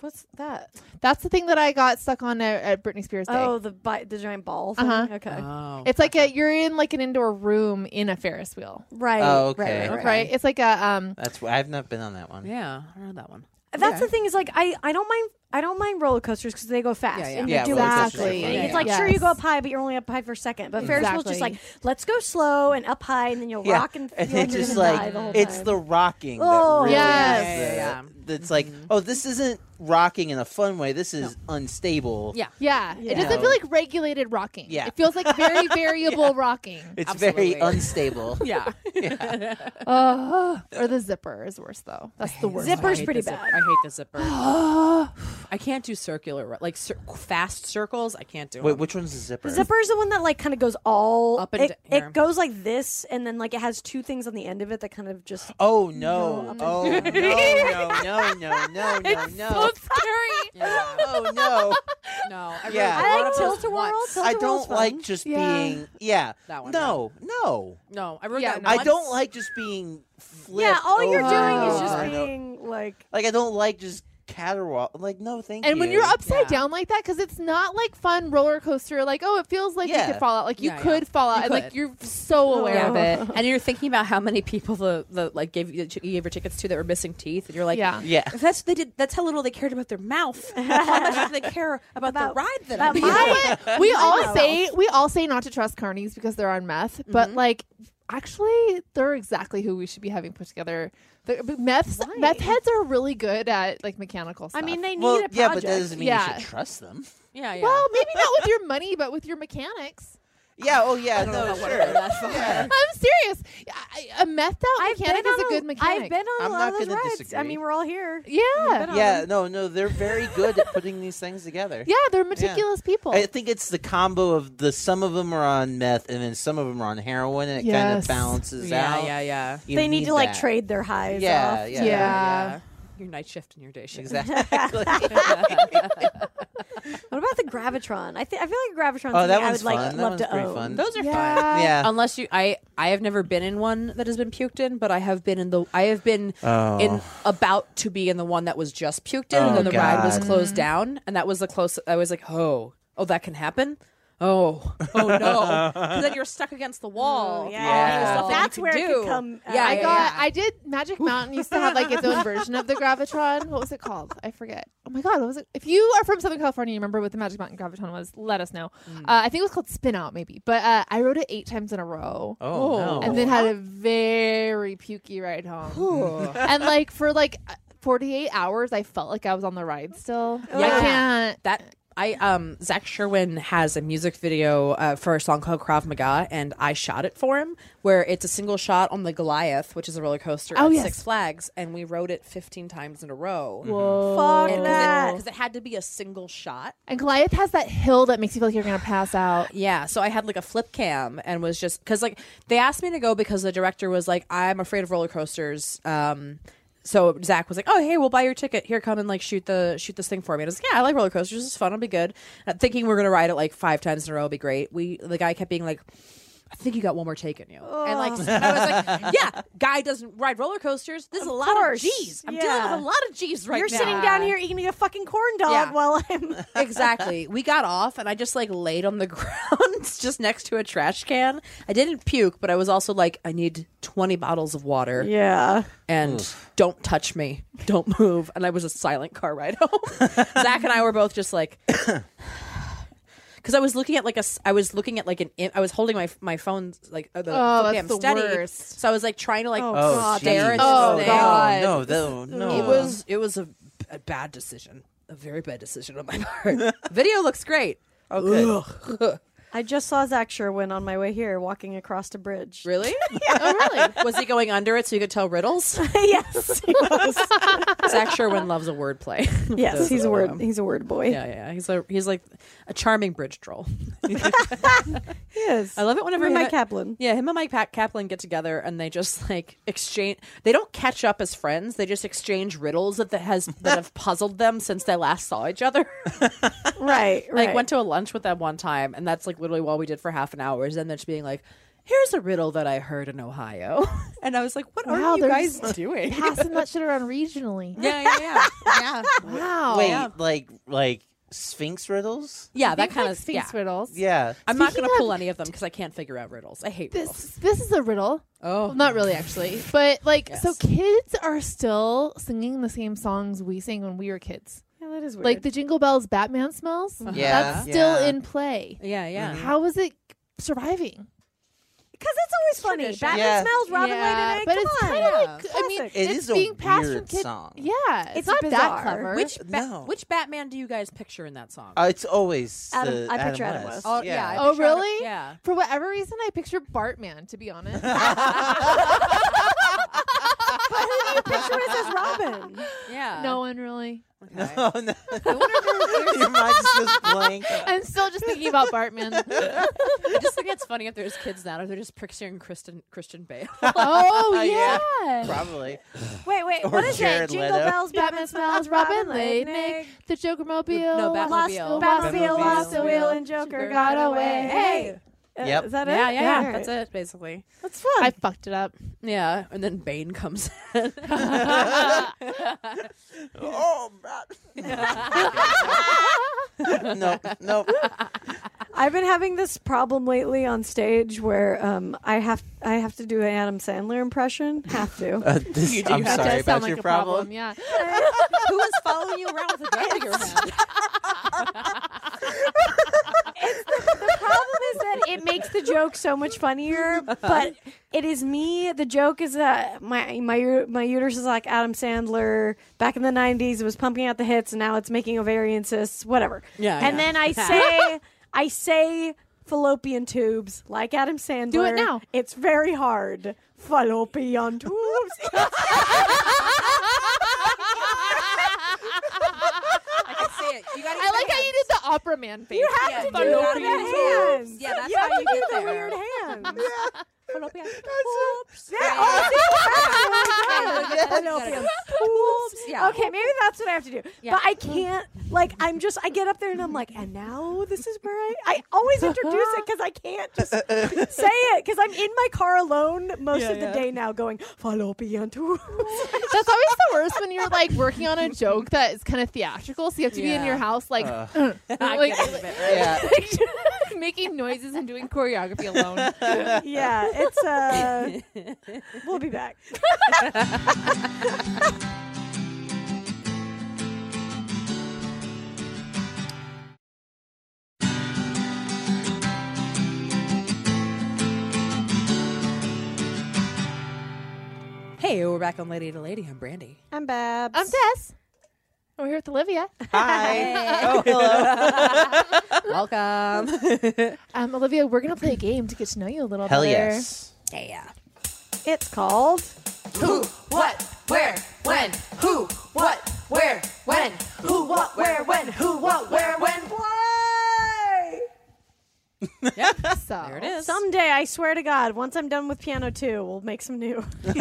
A: What's that?
B: That's the thing that I got stuck on at, at Britney Spears Day.
A: Oh, the bi- the giant ball. Thing?
B: Uh-huh.
A: Okay.
C: Oh.
B: It's like a, you're in like an indoor room in a Ferris wheel,
A: Right.
D: Oh,
A: Right,
D: okay.
A: right, right.
B: right? It's like a um.
D: That's why I've not been on that one.
C: yeah, I heard that one.
A: That's
B: Okay.
A: the thing is like I, I don't mind I don't mind roller coasters because they go fast
C: Yeah, yeah.
A: and
D: Yeah,
A: you do
D: roller
A: what
D: coasters are
A: you
D: fun.
A: do.
D: Yeah,
A: It's
D: yeah.
A: like sure you
B: Yes.
A: go up high, but you're only up high for a second. But Ferris wheel's just like
B: Exactly.
A: let's go slow and up high, and then you'll
D: Yeah,
A: rock and,
D: <laughs> <laughs> and
A: feel
D: it's
A: you're
D: just
A: gonna
D: like
A: die the whole
D: it's
A: time.
D: the rocking.
A: Oh,
D: that really
B: Yes.
D: is
C: yeah,
D: the-
C: yeah,
D: That's like
A: Mm-hmm.
D: oh, this isn't rocking in a fun way. This is unstable.
C: Yeah.
B: Yeah, it doesn't
D: Yeah.
B: feel like regulated rocking.
D: Yeah.
B: it feels like very variable rocking.
D: it's very
C: Absolutely.
D: <laughs>
A: <laughs>
D: unstable.
C: <laughs> Yeah.
B: Oh, or the zipper is worse though. That's the worst.
A: Zipper.
B: one.
A: Zipper's
C: I hate
A: pretty
C: the zip-
A: bad.
C: I hate the <gasps> zipper. I can't do circular, ro- like cir- fast circles. I can't do
D: Wait,
C: 'em.
D: which one's the zipper?
A: The zipper is the one that like kind of goes all
C: Up and
A: it,
C: d- yeah.
A: it goes like this, and then like it has two things on the end of it that kind of just <laughs>
D: Oh no! Oh no! No! No! No! No! No!
B: So scary.
D: oh no. <laughs>
C: No, I
D: Yeah.
C: really,
D: I
C: one
A: like
C: of those
A: Tilt-A-Whirl,
C: once.
A: Tilt-
D: I
A: Those are
D: don't
A: fun.
D: like just
B: Yeah.
D: being yeah.
C: That one,
D: No, no.
C: No, I wrote
B: Yeah,
C: that.
B: no.
D: I
C: once.
D: don't like just being flipped.
A: yeah, all you're
D: over
A: doing is
D: and
A: just
D: over and o-
A: being like.
D: like I don't like just caterwaul. I'm like no, thank
B: <laughs> And
D: you.
B: when you're upside
C: Yeah.
B: down like that, because it's not like fun roller coaster, like, oh, it feels like
D: Yeah.
B: you could fall out. Like, you
C: Yeah, yeah.
B: could fall out.
C: You
B: and, Like,
C: could. Oh.
B: you're so aware
A: Yeah.
B: of it.
C: and you're thinking about how many people the, the like gave you, you gave your tickets to that were missing teeth, and you're like,
B: Yeah.
D: Yeah.
C: If that's what they did. That's how little they cared about their
A: <laughs>
C: mouth. how much do they care about, the
A: About-
C: ride that
D: <laughs>
A: about
C: I'm
B: You know
C: on?
A: <laughs>
B: what? We all
A: know.
B: say we all say not to trust carnies because they're on meth,
A: Mm-hmm.
B: but like actually they're exactly who we should be having put together. The but meths, meth heads are really good at like mechanical stuff.
A: I mean, they need
D: well,
A: a project.
D: yeah, but that doesn't mean
B: Yeah.
D: you should trust them.
C: Yeah, yeah.
B: well, maybe not with your money, but with
A: <laughs>
B: your mechanics.
D: Yeah. Oh yeah.
C: don't know
D: No.
C: if I
D: Sure.
C: wanna go that far.
D: Yeah.
B: I'm serious. I- I- A methed out
A: I've been
B: mechanic is
A: on
B: a good mechanic.
A: I've been on
D: I'm
A: a
D: not
A: lot of those
D: gonna
A: rides. I
D: disagree.
A: mean, we're all here.
B: yeah,
D: Yeah. No. No. They're very good at putting these things together.
B: yeah, they're meticulous people.
D: I think it's the combo of the some of them are on meth and then some of them are on heroin and it kind
B: Yes.
D: of balances
C: yeah,
D: out.
C: yeah, yeah.
D: You
A: they need, to like
D: that.
A: trade their highs
D: Yeah,
A: off.
D: yeah,
B: Yeah.
C: Your night shift and your day
A: <laughs>
C: shift.
D: exactly.
A: What about the Gravitron? I think I feel like Gravitron.
D: oh, that
A: I
D: one's
A: would like
D: fun. That
A: love
D: one's
A: to
D: pretty
A: own.
D: fun.
C: Those are fun.
B: yeah.
D: yeah.
C: Unless you, I, I have never been in one that has been puked in, but I have been in the, I have been
D: Oh.
C: in about to be in the one that was just puked in,
D: Oh,
C: and then the ride was
D: God.
C: closed down, and that was the close. I was like, oh, oh, that can happen. Oh, oh
D: <laughs>
C: no! 'Cause then you're stuck against the wall.
A: Oh,
C: with all the
A: yeah.
C: stuff that
A: That's
C: you
A: where
C: can
A: it
C: do.
A: could come, uh,
C: yeah,
B: I
C: yeah,
B: got.
C: yeah.
B: I did. Magic Mountain used to have like its own version of the gravitron. What was it called? I forget. Oh my god, what was it? If you are from Southern California, you remember what the Magic Mountain gravitron was? Let us know. Uh, I think it was called Spin Out, maybe. But uh, I rode it eight times in a row.
D: Oh, no.
B: And then had a very pukey ride home. and like for like. 48 hours I felt like I was on the ride still. I
C: Yeah.
B: can't.
C: that I um Zach Sherwin has a music video uh, for a song called Krav Maga, and I shot it for him. Where it's a single shot on the Goliath, which is a roller coaster
B: Oh,
C: at
B: yes.
C: Six Flags, and we rode it 15 times in a row.
A: Fuck that.
C: Because it, had to be a single shot.
B: And Goliath has that hill that makes you feel like you're going to pass out.
C: Yeah, so I had like a flip cam and was just because like they asked me to go because the director was like, "I'm afraid of roller coasters." Um, so Zach was like, "Oh, hey, we'll buy your ticket. Here, come and like shoot the shoot this thing for me." And I was like, "Yeah, I like roller coasters. It's fun. It'll be good." Uh, thinking we're gonna ride it like five times in a row, it'll be great. We the guy kept being like. I think you got one more take in you, and like and I was
A: <laughs>
C: like, "Yeah, guy doesn't ride roller coasters. This is a lot
A: course.
C: of G's. I'm
A: Yeah.
C: dealing with a lot of G's right
A: You're
C: now."
A: sitting down here eating a fucking corn dog
C: Yeah.
A: while I'm.
C: exactly. We got off, and I just like laid on the <laughs> ground just next to a trash can. I didn't puke, but I was also like, I need 20 bottles of water
A: Yeah.
C: and don't touch me, don't move. And I was a silent car ride home. <laughs> Zach and I were both just like, <sighs> because I was looking at like a, s- I was looking at like an, im- I was holding my my phone like uh, the
B: Oh,
C: flip
B: that's
C: cam
B: the
C: steady.
B: worst.
C: So I was like trying to like
D: Oh,
C: stare
D: jeez.
C: at
B: Oh,
C: this thing.
B: God.
D: No, no, no.
C: It was it was a, a bad decision, a very bad decision on my part. Oh, Video looks great.
D: okay.
A: I just saw Zach Sherwin on my way here walking across the bridge. <laughs>
C: <laughs> Really? Oh, really? Was he going under it so you could tell riddles?
A: yes. he was.
C: Zach Sherwin loves a wordplay.
A: yes, he's a
C: Yeah,
A: word. He's a word boy.
C: yeah, yeah. He's a he's like a charming bridge troll.
A: He is.
C: I love it whenever
A: Remember
C: him
A: Mike
C: and-
A: Kaplan.
C: Yeah, him and Mike Pat Kaplan get together and they just like exchange. They don't catch up as friends. They just exchange riddles that that has that have puzzled them since they last saw each other.
A: Right. Right.
C: Like went to a lunch with them one time, and that's like literally all we did for half an hour. Is then they're just being like, "Here's a riddle that I heard in Ohio," <laughs> and I was like, "What
B: Wow,
C: are you
B: they're
C: guys
B: just-
C: doing?" <laughs>
B: Passing that shit around regionally.
C: yeah, yeah, yeah, yeah,
B: Wow.
D: Wait,
C: yeah.
D: like like Sphinx riddles?
C: <laughs> yeah. That
B: Things
C: kind
B: like
C: of
B: Sphinx
C: yeah.
B: riddles.
D: Yeah.
C: I'm not <laughs>
B: Speaking
C: gonna pull
B: of-
C: any of them because I can't figure out riddles. I hate riddles.
B: This this is a riddle.
C: Oh,
B: Well, not really actually, but like so
C: Yes.
B: kids are still singing the same songs we sang when we were kids.
A: Yeah, that is weird.
B: Like the Jingle Bells Batman smells.
D: Yeah,
B: That's
D: yeah.
B: still in play.
C: <laughs> yeah, yeah.
B: How is it surviving?
A: because it's always funny.
C: Tradition.
A: Batman
D: Yeah.
A: smells Robin
B: Yeah,
A: laid an egg.
B: But
A: Come
B: it's
A: on.
B: kind of like I mean
A: Classic.
D: It
B: it's
D: is a
B: being passed from
D: weird
B: kid.
D: song.
B: Yeah. It's,
A: It's
B: not
A: bizarre.
B: that clever.
C: Which ba-
D: No.
C: which Batman do you guys picture in that song?
D: Uh, it's always
A: Adam-
D: the
A: I picture Adam West.
C: Oh, yeah, I
B: Oh,
C: picture-
B: really?
C: Yeah.
B: For whatever reason I picture Bartman, to be honest.
A: But who do you <laughs> picture as his Robin?
C: <laughs> Yeah.
B: no one really.
C: Okay.
D: Oh, <laughs>
C: I wonder
D: no. <laughs>
C: if
D: Your mind's just blank. <laughs>
B: I'm still just thinking about Bartman.
C: there's- I just think it's funny if there's kids now, if they're just picturing Kristen Christian <laughs> Bale.
B: oh
D: Yeah.
B: yeah.
D: Probably.
A: Wait, wait.
D: Or
A: what is
D: Jared
A: it? Jingle
D: Leto.
A: bells,
B: Batman smells, Robin Laidnick, the Joker mobile.
C: No, Batmobile.
A: Lost,
C: Batmobile.
A: Batmobile,
D: Batmobile.
A: lost the wheel, and Joker got away. Hey, Uh,
D: Yep.
A: is that it?
C: Yeah, yeah, yeah.
A: Alright.
C: That's it, basically.
A: That's fun.
B: I fucked it up.
C: Yeah, and then Bane comes
A: <laughs>
C: in.
D: Oh, man. no, no.
A: <laughs> I've been having this problem lately on stage where um, I have I have to do an Adam Sandler impression. Have to.
D: Uh, this-
C: You do
D: I'm
C: have
B: That
C: to
D: sorry
B: does sound
D: about
B: like
D: your
B: a problem.
D: problem.
B: Yeah.
C: Who is following you around with a gun in your <laughs> hand?
A: the problem is that it makes the joke so much funnier, but it is me. The joke is that my my my uterus is like Adam Sandler back in the '90s. It was pumping out the hits, and now it's making ovarian cysts, whatever.
C: Yeah,
A: And
C: yeah.
A: then I say I say fallopian tubes like Adam Sandler.
B: Do it now.
A: It's very hard. Fallopian tubes.
C: I can see it. You gotta
B: I like how you did the opera man face.
A: You have
C: Yeah,
A: to do
C: you
A: the
C: gotta
A: weird
C: do the
A: hands.
C: Yeah, that's
A: you
C: how
A: have
C: you
A: to
C: get
A: do the
C: there.
A: weird
C: <laughs>
A: hands. Fallopian tubes. Yeah.
C: Yeah.
A: oh, see, that's
C: <laughs> Yeah,
A: what
C: you gotta
A: I'm
C: go.
A: doing. Fallopian tubes.
C: Yeah.
A: Okay, maybe that's what I have to do.
C: Yeah.
A: But I can't. Like, I'm just. I get up there and I'm like, and now this is where I. I always introduce it because I can't just say it because I'm in my car alone most of the day now, going fallopian tubes.
B: That's always the worst when you're like working on a joke that is kind of theatrical. So you have to be in
C: Yeah.
B: your house, like,
D: Uh.
C: I
B: <laughs> like,
C: get it a bit, right?
D: Yeah.
B: making noises and doing choreography alone.
A: yeah, it's.
C: <laughs>
A: uh We'll be back.
C: Hey, we're back on Lady to Lady. I'm Brandy.
A: I'm Babs.
B: I'm Tess. We're here with Olivia.
D: Hi. Oh, hello.
A: <laughs>
C: Welcome.
B: <laughs> Um, Olivia, we're gonna play a game to get to know you a little
D: Hell
B: better.
D: yes.
C: Yeah.
A: It's called.
E: Who, what, where, when? Who, what, where, when? Who, what, where, when? Who, what, where, when?
A: Why?
B: So
C: There it is.
A: Someday, I swear to God, once I'm done with Piano 2, we'll make some
C: <laughs>
A: new. <laughs>
B: how's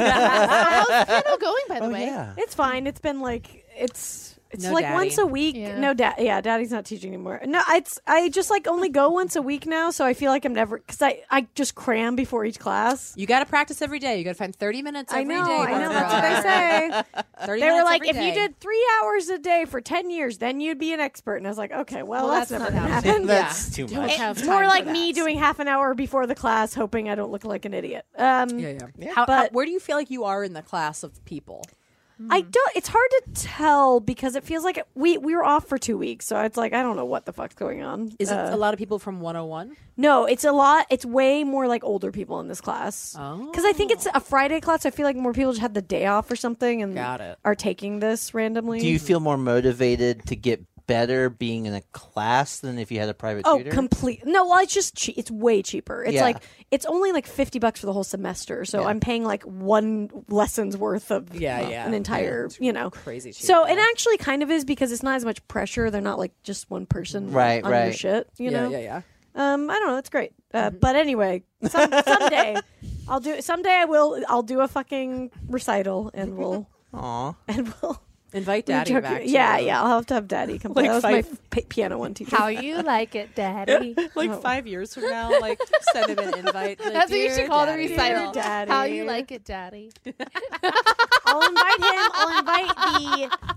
B: piano going, by the
D: Oh,
B: way?
D: yeah.
A: It's fine. It's been like it's it's
C: No
A: like
C: daddy.
A: once a week.
B: Yeah.
A: No dad. Yeah, daddy's not teaching anymore. No, it's I just like only go once a week now, so I feel like I'm never because I I just cram before each class.
C: You got to practice every day. You got to find 30 minutes
A: I
C: every day.
A: know, I know.
C: Barbara. <laughs>
A: That's what they say.
C: 30
A: They were
C: minutes
A: like,
C: every
A: if you
C: day.
A: did three hours a day for ten years, then you'd be an expert. And I was like, okay, well,
B: Well,
A: that's,
B: that's
A: never
B: not
A: gonna
B: happening.
A: happen.
D: That's too much.
C: Don't have
A: It's
C: time
A: more
C: for
A: like
C: that.
A: me doing half an hour before the class, hoping I don't look like an idiot. Um,
C: Yeah, yeah. How, how,
A: But-
C: where do you feel like you are in the class of people?
A: I don't. It's hard to tell because it feels like it- we we were off for two weeks, so it's like I don't know what the fuck's going on.
C: Is
A: Uh,
C: it a lot of people from 101?
A: no, it's a lot. It's way more like older people in this class.
C: Oh.
A: because I think it's a Friday class. I feel like more people just had the day off or something and
C: Got it.
A: are taking this randomly.
D: Do you feel more motivated to get better being in a class than if you had a private
A: Oh,
D: tutor?
A: complete. No, well, it's just che- it's way cheaper. It's
D: Yeah.
A: like it's only like fifty bucks for the whole semester, so I'm paying like one lesson's worth of
C: Yeah, yeah.
A: an entire you know
C: crazy cheap,
A: So it
C: yeah.
A: actually kind of is because it's not as much pressure. They're not like just one person
D: Right,
A: on your
D: right.
A: shit. You
C: yeah, Mm-hmm.
A: know,
C: yeah, yeah.
A: um, I don't know. It's great, uh, but anyway,
C: <laughs>
A: some, someday I'll do. Someday I will. I'll do a fucking recital, and
C: <laughs>
A: we'll
D: Aw.
A: and we'll.
C: Invite daddy
A: joke-
C: back. to
A: yeah,
C: you.
A: yeah. I'll have to have daddy come play.
C: Like
A: that was my
C: five-
A: p- piano one teacher.
B: How you like it, Daddy?
C: <laughs> Like
A: Oh.
C: five years from now,
B: <laughs>
C: like send him an invite. Like,
B: That's what you
C: "Dear
B: should call
C: daddy."
B: the recital.
A: Dear Daddy.
B: How you like it, Daddy?
A: I'll invite him. I'll invite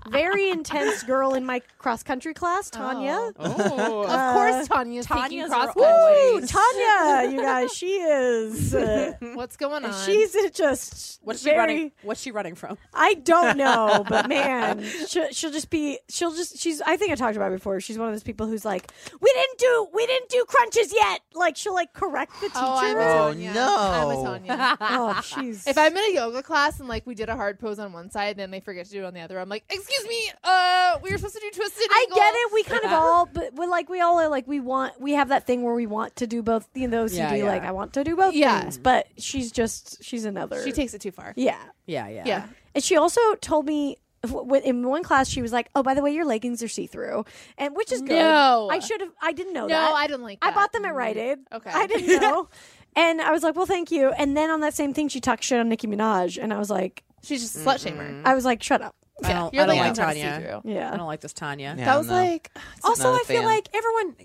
A: the very intense girl in my cross country class, Tanya.
B: Oh,
A: Uh,
B: of course, Tanya's,
C: Tanya's
B: Tanya's cross
C: are
A: Woo,
C: always-
B: country.
A: Tanya, you guys, she
B: <laughs>
A: is. Uh,
B: What's going on?
A: she's just
C: What's she
A: very.
C: running? What's she running from?
B: <laughs>
A: I don't know, but man, time. She'll, she'll just be. She'll just. She's. I think I talked about it before. She's one of those people who's like, we didn't do. We didn't do crunches yet. Like she'll like correct the teacher.
B: Oh, I'm a
D: Oh,
B: Tonya.
D: no.
B: I'm a Tonya.
A: <laughs> Oh, she's.
B: <laughs> if I'm in a yoga class and like we did a hard pose on one side, and then they forget to do it on the other, I'm like, "Excuse me, uh, we were supposed to do twisted."
A: I
B: angle."
A: get it. We kind of all, but we're like we all are like we want. We have that thing where we want to do both. You know, the OCD.
C: Yeah, yeah.
A: Like I want to do both.
B: Yeah.
A: things, but she's just she's another.
B: She takes it too far.
A: Yeah,
C: Yeah, yeah.
B: Yeah.
A: and she also told me w- w- in one class she was like, "Oh, by the way, your leggings are see through," and which is good.
B: No.
A: I should have. I didn't know
B: No,
A: that.
B: I didn't like.
A: I
B: That.
A: bought them at Rite Aid.
B: Okay.
A: I didn't know. and I was like, well, thank you. And then on that same thing, she talked shit on Nicki Minaj. And I was like,
B: She's just a slut shamer.
A: I was like, shut up.
C: I don't,
B: You're
C: I don't
B: like
C: like
B: not
C: Tanya.
B: see-through.
A: Yeah.
C: I don't like this Tanya.
D: Yeah,
B: That was
D: no.
B: like
C: Also,
D: not
C: I
D: a
C: feel
D: fan.
C: like everyone,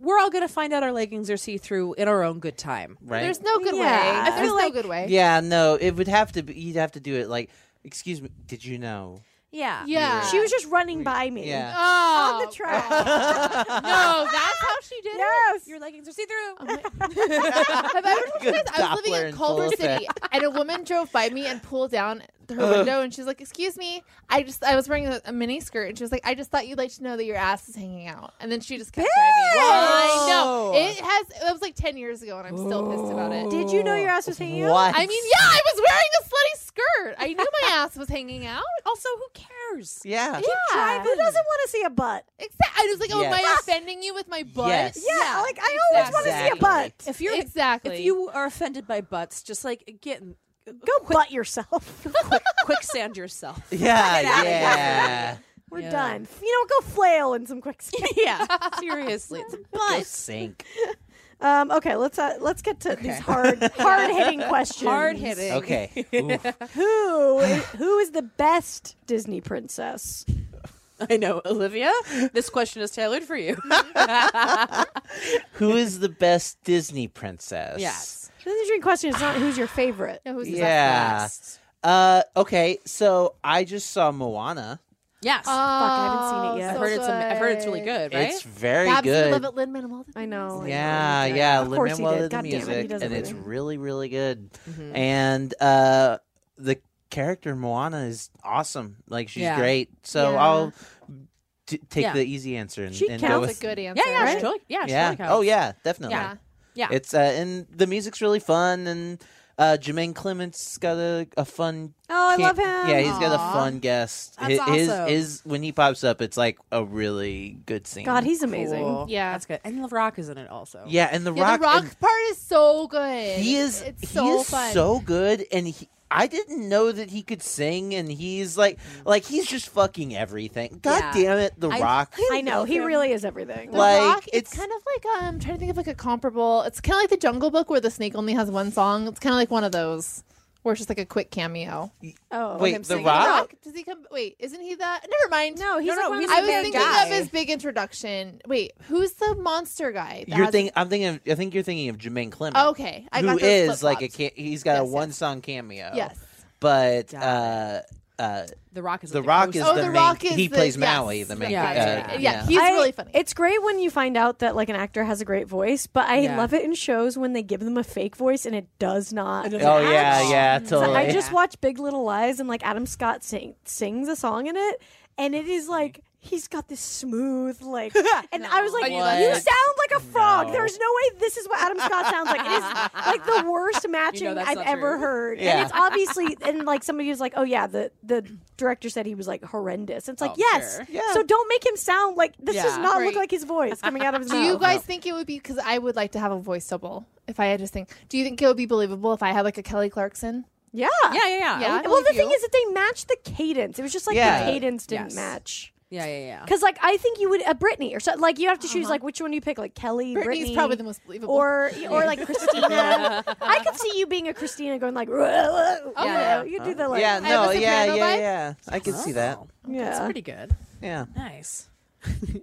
C: we're all going to find out our leggings are see through in our own good time.
D: right.
B: there's no good way.
A: Yeah. I
B: There's
C: feel
B: no good way.
D: yeah, no. It would have to be. You'd have to do it like. Excuse me. Did you know?
C: Yeah.
B: Yeah.
A: She was just running by me
D: Yeah.
B: oh,
A: on the
B: <laughs>
A: track.
B: No, that's how she did
A: yes.
C: Your leggings are see through.
B: it. Have I ever told you
D: Good
B: guys I was living
D: Doppler
B: in
D: in
B: Culver
D: full
B: City and a woman drove by me and pulled down her window and she's like, "Excuse me, I just I was wearing a, a mini skirt and she was like, I just thought you'd like to know that your ass is hanging out." And then she just kept driving. I know it has. It was like ten years ago and I'm still pissed about it.
A: Did you know your ass was hanging out?
D: What?
B: I mean, yeah, I was wearing a slutty skirt. I knew my ass was hanging out.
C: Also, who cares?
D: Yeah.
B: Yeah.
A: Who doesn't want to see a butt?
B: Exactly. I was like, oh, am I
D: Yes.
B: offending you with my butt?
D: Yes.
A: Yeah,
B: Yeah,
A: like I always want to see a
D: exactly.
A: butt.
C: If you're
B: Exactly.
C: if you are offended by butts, just like get in-
A: Go butt
C: <laughs>
A: yourself. <laughs>
C: quick, quicksand yourself.
B: <laughs>
D: Yeah.
C: outta
D: Yeah.
A: We're
C: Yeah.
A: done. You know, go flail in some
C: <laughs>
A: quicksand.
C: Yeah, seriously. It's a
D: Go
C: butt.
D: sink.
A: Um, okay, let's uh, let's get to these hard
C: <laughs>
A: hard hitting questions.
C: Hard hitting.
D: Okay. Oof.
A: Who is, who is the best Disney princess?
C: I know, Olivia. This question is tailored for you.
D: Who is the best Disney
C: <laughs>
D: princess?
C: yes.
A: This is your question. It's not who's your
C: <sighs>
A: favorite.
B: No, who's the
D: Yeah.
B: best?
D: Uh, okay, so I just saw Moana.
C: Yes.
A: I haven't seen it yet.
B: Oh,
C: I've
B: so
C: heard it's. am- I've heard it's really
B: good.
C: good, right?
D: It's very
B: Babs, you
D: good.
B: love it, Lin Manuel.
A: I know. like,
D: Yeah,
A: really good.
D: yeah,
A: Of course he
D: Lin-Manuel
A: Oh, did.
D: did the
A: God damn it, he
D: music,
A: does
D: and it's
A: everything. Mm-hmm.
D: really, really good. And uh, the character Moana is awesome. Like she's
C: Yeah.
D: great. So
B: Yeah.
D: I'll t- take
C: Yeah.
D: the easy answer and,
A: She
D: and go
A: counts.
B: That's a
D: with
B: good answer.
C: yeah, yeah,
B: right?
C: she totally- yeah, she
D: yeah.
C: totally counts.
D: Oh yeah, definitely.
B: Yeah.
C: Yeah.
D: It's uh, and the music's really fun and. Uh, Jermaine Clements got a, a fun.
A: Oh, I
D: can-
A: love him.
D: Yeah, he's got a fun guest.
C: That's
D: Hi- his,
C: awesome.
D: his when he pops up, it's like a really good scene.
A: God, he's amazing.
C: Cool.
B: Yeah.
C: that's good. And Love Rock is in it also.
D: yeah, and the
B: Yeah,
D: rock,
B: the rock
D: and-
B: part is so good.
D: He is.
B: It's
D: he
B: so
D: is
B: fun.
D: so good, and he. I didn't know that he could sing, and he's like, like he's just fucking everything. God
C: Yeah.
D: damn it, The
C: I-
D: Rock.
A: I know he really is everything.
B: the
D: like,
B: rock, it's,
D: it's-
B: kind of like um, I'm trying to think of like a comparable. It's kind of like the Jungle Book where the snake only has one song. It's kind of like one of those where it's just like a quick cameo.
A: oh,
D: Wait,
A: him
D: The
A: singing.
D: Rock?
B: Does he come? Wait, isn't he that? Never mind.
A: No, he's
C: No,
A: like
C: no,
A: one
C: he's
A: of
B: I
C: a
B: was
C: big
B: thinking
C: guy.
B: of his big introduction. Wait, who's the monster guy? that
D: You're
B: has-
D: thinking. I'm thinking. Of, I think you're thinking of Jermaine Clement.
B: Okay, I
D: who
B: got those
D: is like a
B: flip-flops.
D: ca- he's got a
B: Yes, yes.
D: one song cameo.
B: Yes.
D: but uh,
C: Got
D: uh,
C: The Rock is
D: The
C: like
D: Rock
C: co-
D: is
B: Oh,
D: the,
B: The
D: main.
B: Rock is
D: he
B: the-
D: plays
B: yes.
D: Maui, the main.
C: Yeah,
D: uh,
C: yeah, yeah.
B: Yeah, he's
A: I-
B: really funny.
A: It's great when you find out that like an actor has a great voice, but I
C: Yeah.
A: love it in shows when they give them a fake voice and it does not.
D: Oh yeah, yeah, totally.
A: I just watched Big Little Lies and like Adam Scott sing, sings a song in it, and it is like he's got this smooth like, and I was like,
C: No.
A: you
C: What?
A: sound like a frog.
D: No.
A: There's no way this is what Adam Scott sounds like. It is like the
C: <laughs>
A: worst matching
C: that's
A: I've
C: not
A: ever
C: true.
A: heard, and
D: Yeah.
A: it's obviously and like somebody was like, oh yeah, the the director said he was like horrendous. It's like
C: Oh,
A: yes,
C: sure.
D: Yeah.
A: so don't make him sound like this does
C: Yeah.
A: not
B: Right.
A: look like his voice coming out of his
B: Do
A: mouth.
B: you guys think it would be because I would like to have a voice double if I had to sing? Do you think it would be believable if I had like a Kelly Clarkson?
A: yeah,
C: Yeah, yeah, yeah.
B: Yeah.
C: Yeah,
A: Well, the
B: believe
A: thing
B: you.
A: is that they matched the cadence. It was just like
D: Yeah.
A: the cadence didn't
C: Yes.
A: match.
C: yeah, yeah. yeah.
A: Because like I think you would a Britney or so like you have to choose like which one you pick like Kelly,
B: Brittany's
A: Britney,
B: probably the most believable.
A: or or like Christina. I could see you being a Christina going like, <laughs> oh,
B: yeah.
A: you do the like,
D: yeah,
B: a
D: no, yeah,
B: Soprano
D: yeah,
B: vibe?
D: yeah. I could see that.
C: Oh, That's
A: yeah.
C: pretty good.
D: Yeah.
C: Nice.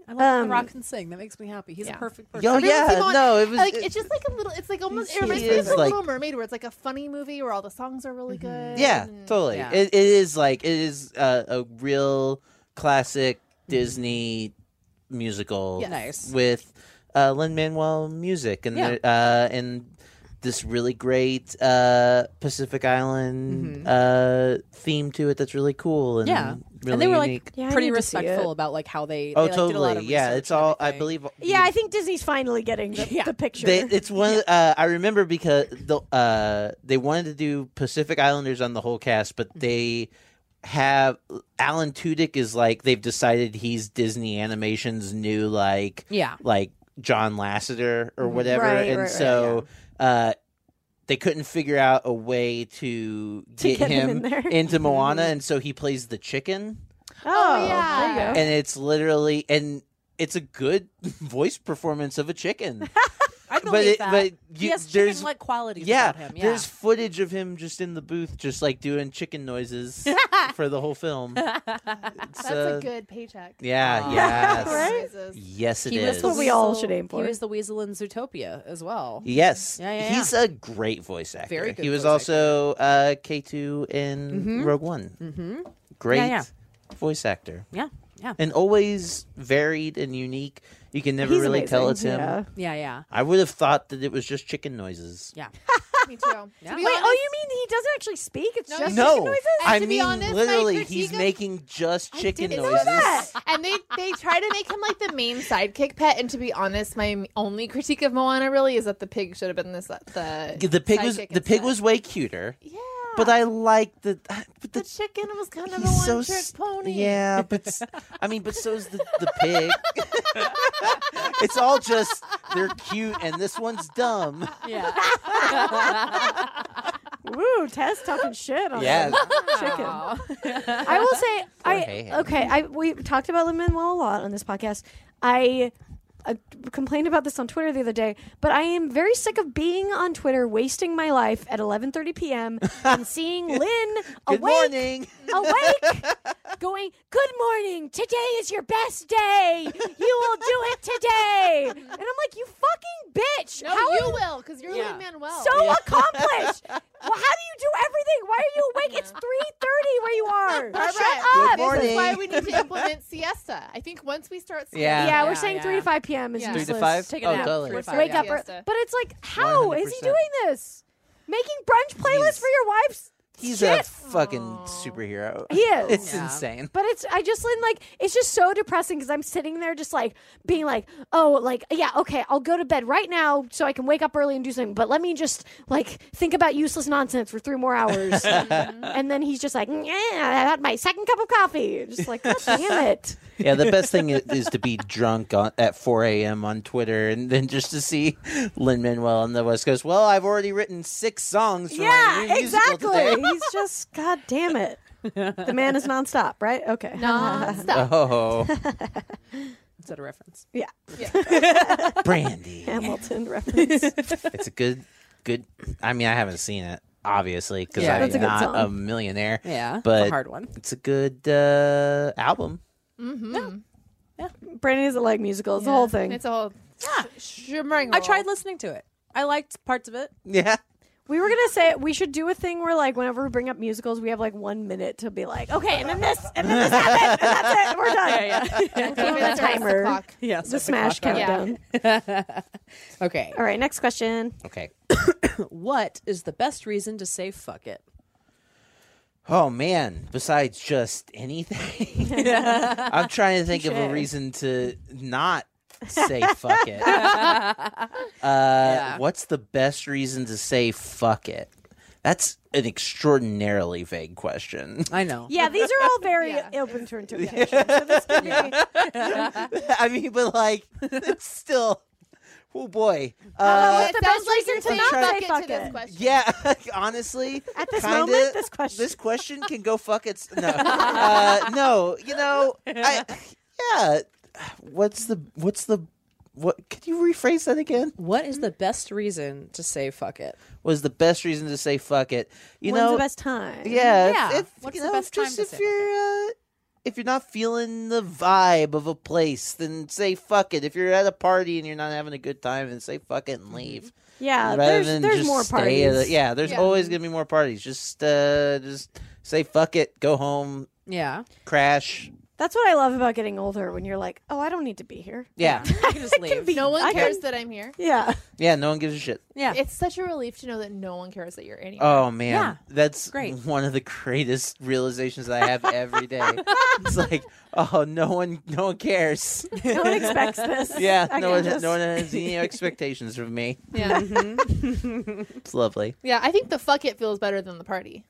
C: I love
A: Um,
C: The Rock can sing. That makes me happy. He's
B: Yeah.
C: a perfect person.
D: Yo, yeah,
B: Simone-
D: no, it was
B: like
D: it-
B: it's just like a little. It's like almost. It
D: She
B: reminds me of
D: is,
B: the
D: like-
B: Little Mermaid, where it's like a funny movie where all the songs are really good.
D: Yeah,
B: and-
D: totally.
C: Mm-hmm. Yeah.
D: It, it is like it is uh, a real classic Disney musical
B: Yes.
C: Mm-hmm. Nice.
D: with uh, Lin Manuel music and
C: Yeah.
D: the, uh, and this really great uh, Pacific Island uh, theme to it that's really cool and
C: Mm-hmm. Yeah.
D: really
C: and they were
D: unique.
C: like
A: Yeah, I
C: pretty
A: need to see
C: respectful
A: it.
C: about like how they.
D: oh
C: they, like, Did a lot
D: totally
C: of
D: yeah
C: research
D: it's
C: and
D: all I
C: everything.
D: believe
A: Yeah, I think Disney's finally getting the,
C: Yeah.
A: the picture.
D: They, it's one. of the- Uh, I remember because the, uh, they wanted to do Pacific Islanders on the whole cast,
A: Mm-hmm.
D: but they have Alan Tudyk is like they've decided he's Disney Animation's new like
C: Yeah.
D: like John Lasseter or whatever,
A: Mm-hmm. Right,
D: and
A: right, right,
D: so uh, they couldn't figure out a way to,
A: To get him in there.
D: <laughs>
A: Mm-hmm.
D: into Moana, and so he plays
A: <laughs>
D: the chicken,
A: oh,
B: yeah.
A: There you go.
D: and it's literally and it's a good <laughs> voice performance of a chicken.
C: I
D: But
C: believe
D: it-
C: that.
D: but
C: he
D: you-
C: has
D: there's-
C: chicken-like qualities
D: yeah,
C: about him. Yeah,
D: there's footage of him just in the booth, just like doing chicken noises for the whole film. It's,
B: That's
D: uh,
B: a good paycheck.
D: Yeah,
C: Aw.
D: yes,
A: Right?
B: Jesus.
D: yes, it
C: he was the
D: is.
A: That's what we all
C: weasel-
A: should aim for.
C: He was the weasel in Zootopia as well.
D: Yes,
C: Yeah, yeah,
D: he's a great voice actor.
C: Very good
D: he was
C: voice
D: also uh, K two in Rogue One. Mm-hmm. Great
C: Yeah, yeah.
D: voice actor,
C: Yeah, yeah,
D: and always varied and unique. You can never
A: He's
D: really tell it's
A: amazing,
D: him.
A: yeah.
C: yeah, yeah,
D: I would have thought that it was just chicken noises.
C: yeah.
B: Me too. To be
C: Yeah.
A: Wait,
B: honest-
A: oh, you mean he doesn't actually speak? It's just
D: no,
A: chicken noises?
B: And
D: I
B: to be
D: mean
B: honest, my
D: literally, he's
B: critique of-
D: making just chicken
B: didn't know
D: noises.
A: that.
B: and they they try to make him like the main sidekick pet. And to be honest, my m- only critique of Moana really is that the pig should have been this uh, the
D: the pig was
B: sidekick
D: the pig
B: instead.
D: was way cuter.
B: yeah,
D: But I like the <sighs> but
B: the
D: the,
B: chicken was kind of a
D: he's so
B: one trick
D: s-
B: pony.
D: Yeah, but s- I mean, but so's the the pig. <laughs> it's all just they're cute and this one's dumb.
C: <laughs>
A: Woo, Tess talking shit on
D: <laughs> Yeah.
A: the chicken.
B: <laughs>
A: I will say, I
D: Ham.
A: okay. I we talked about Lin Manuel a lot on this podcast. I uh, complained about this on Twitter the other day, but I am very sick of being on Twitter, wasting my life at 11:30 p.m.
D: <laughs>
A: and seeing Lynn
D: <laughs> Good
A: awake,
D: morning.
A: awake,
D: <laughs>
A: going, "Good morning. Today is your best day. You will do it today." And I'm like, "You fucking bitch!
B: No,
A: How
B: you
A: are
B: will because you're
C: Oh. Yeah.
B: Lin Manuel.
A: so
C: <laughs>
A: accomplished. well, how do you do everything? Why are you awake? It's three thirty where you are.
B: Barbara,
A: Shut up.
B: This is why
D: morning.
B: we <laughs> need to implement siesta. I think once we start, siesta,
D: <laughs> Yeah.
A: Yeah,
C: Yeah,
A: we're saying
C: yeah.
A: three to five p.m. is
B: Yeah.
D: Three to
A: useless.
D: five.
C: Take a
D: oh,
C: nap.
D: totally.
C: Three to five.
A: Wake
B: Yeah.
A: up, ear-
B: Siesta.
A: but it's like, how is he
D: 100%.
A: doing this? Making brunch playlists for your wife's
D: He's a
A: shit.
D: fucking superhero.
A: He is.
D: <laughs> It's
C: Yeah.
D: insane.
A: But it's I just Lynn, like it's just so depressing because I'm sitting there just like being like oh like yeah okay I'll go to bed right now so I can wake up early and do something but let me just like think about useless nonsense for three more hours and then he's just like yeah I had my second cup of coffee just like God damn it
D: Yeah, the best thing <laughs> is, is to be drunk on, at 4 a.m. on Twitter and then just to see Lin Manuel on the West Coast. Well, I've already written six songs for my
A: yeah
D: new musical today.
A: exactly he's just God damn it the <laughs> man is nonstop right okay
B: nonstop.
D: <laughs> Oh,
C: Is that a reference?
A: yeah
C: <laughs>
D: Brandy.
A: Hamilton reference
D: It's a good, good. I mean, I haven't seen it obviously because
C: Yeah,
D: I'm
C: that's a
A: good
D: not
A: song.
D: a millionaire.
C: <laughs> Yeah, it's
D: but
C: a hard one.
D: It's a good uh, album.
A: Brandon doesn't like musicals the whole thing
B: It's all yeah.
C: I tried listening to it. I liked parts of it.
D: Yeah,
A: <laughs> We were gonna say we should do a thing where like whenever we bring up musicals, we have like one minute to be like, okay, and then this, and then this happened, and that's it, we're done. <laughs>
C: yeah.
A: Give it a timer.
C: yes.
A: The smash countdown.
C: Okay.
A: All right, next question.
D: okay.
C: <laughs> What is the best reason to say fuck it?
D: Oh man, besides just
C: <laughs>
D: anything, I'm trying to think of a
A: Touche.
D: reason to not say
C: <laughs>
D: fuck it. Uh, What's the best reason to say fuck it? That's an extraordinarily vague question.
C: I know.
A: Yeah, these are all very
B: <laughs> Yeah.
A: open to interpretation. So this could be,
D: <laughs> I mean, but like, it's still. Oh boy.
A: about
D: Uh,
A: What's the
B: it
A: best
B: sounds like
A: reason
B: you're
A: to
B: saying
A: not
B: fuck
A: say
B: it
A: fuck
B: to this
A: it?
B: question.
D: Yeah, <laughs> honestly.
A: At this
D: kinda,
A: moment, this question.
D: This question can go fuck
A: <laughs>
D: its no, uh, no. You know, I, yeah. What's the what's the what? Could you rephrase that again?
C: What is the best reason to say fuck it?
D: Was the best reason to say fuck it? <laughs> You
A: When's
D: know,
A: the best time?
D: yeah. if-
C: Yeah.
D: If,
C: What's
D: you
C: the
D: know,
C: best time
D: just
C: to
D: if
C: say fuck
D: you're uh, if you're not feeling the vibe of a place, then say fuck it. If you're at a party and you're not having a good time, then say fuck it and leave.
A: yeah.
D: rather
A: Uh, There's
D: than
A: there's
D: just
A: more
D: stay at
A: parties.
D: it. yeah, there's
B: Yeah.
D: always gonna be more parties. Just uh, just say fuck it, go home,
C: Yeah.
D: crash.
A: That's what I love about getting older when you're like, oh, I don't need to be here.
D: Yeah.
C: I <laughs> can just leave.
B: No one
A: I
B: cares that I'm here.
A: <laughs> Yeah.
D: <laughs> Yeah, no one gives a shit.
C: yeah.
B: It's such a relief to know that no one cares that you're in. here.
D: Oh man,
C: Yeah.
D: that's
C: Great.
D: one of the greatest realizations that I have
A: <laughs>
D: every day. it's like, oh, no one, no
A: <laughs>
D: one cares.
A: No one
D: <laughs>
A: expects this.
D: Yeah,
A: I
D: no
A: can
D: one,
A: just-
D: no one has any expectations of me.
B: yeah,
D: It's lovely.
B: yeah. I think the fuck it feels better than the party.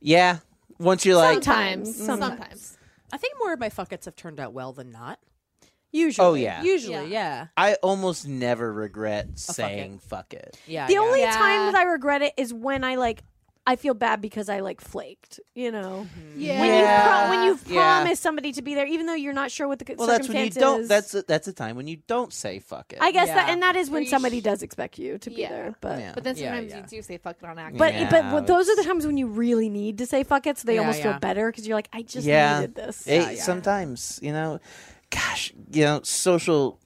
D: Yeah, once you're like,
B: Sometimes, Mm-hmm.
A: Sometimes.
B: sometimes.
C: I think more of my fuckets have turned out well than not.
A: Usually.
D: oh yeah,
C: Usually, yeah.
D: I almost never
A: Oh,
D: regret saying fuck it.
C: Yeah.
A: The
C: yeah.
A: only
B: Yeah.
A: time that I regret it is when I like, I feel bad because I like flaked, you know?
B: Yeah.
A: When, you pro- when you've
D: Yeah.
A: promised somebody to be there, even though you're not sure what the c-
D: Well, that's when you
A: circumstances
D: don't. That's a, that's a time when you don't say fuck it.
A: I guess that,
C: Yeah.
A: and that is when
B: you
A: somebody does expect you to be
B: Yeah.
A: there. But
D: Yeah.
B: But then
C: Yeah,
B: sometimes
C: yeah.
B: you do say fuck it on accident.
A: but
D: Yeah,
A: but well,
D: it's-
A: those are the times when you really need to say fuck it, so they
C: Yeah,
A: almost
C: yeah.
A: feel better because you're like, I just
D: Yeah.
A: needed this.
D: It,
C: Yeah, yeah.
D: Sometimes, you know, gosh, you know, social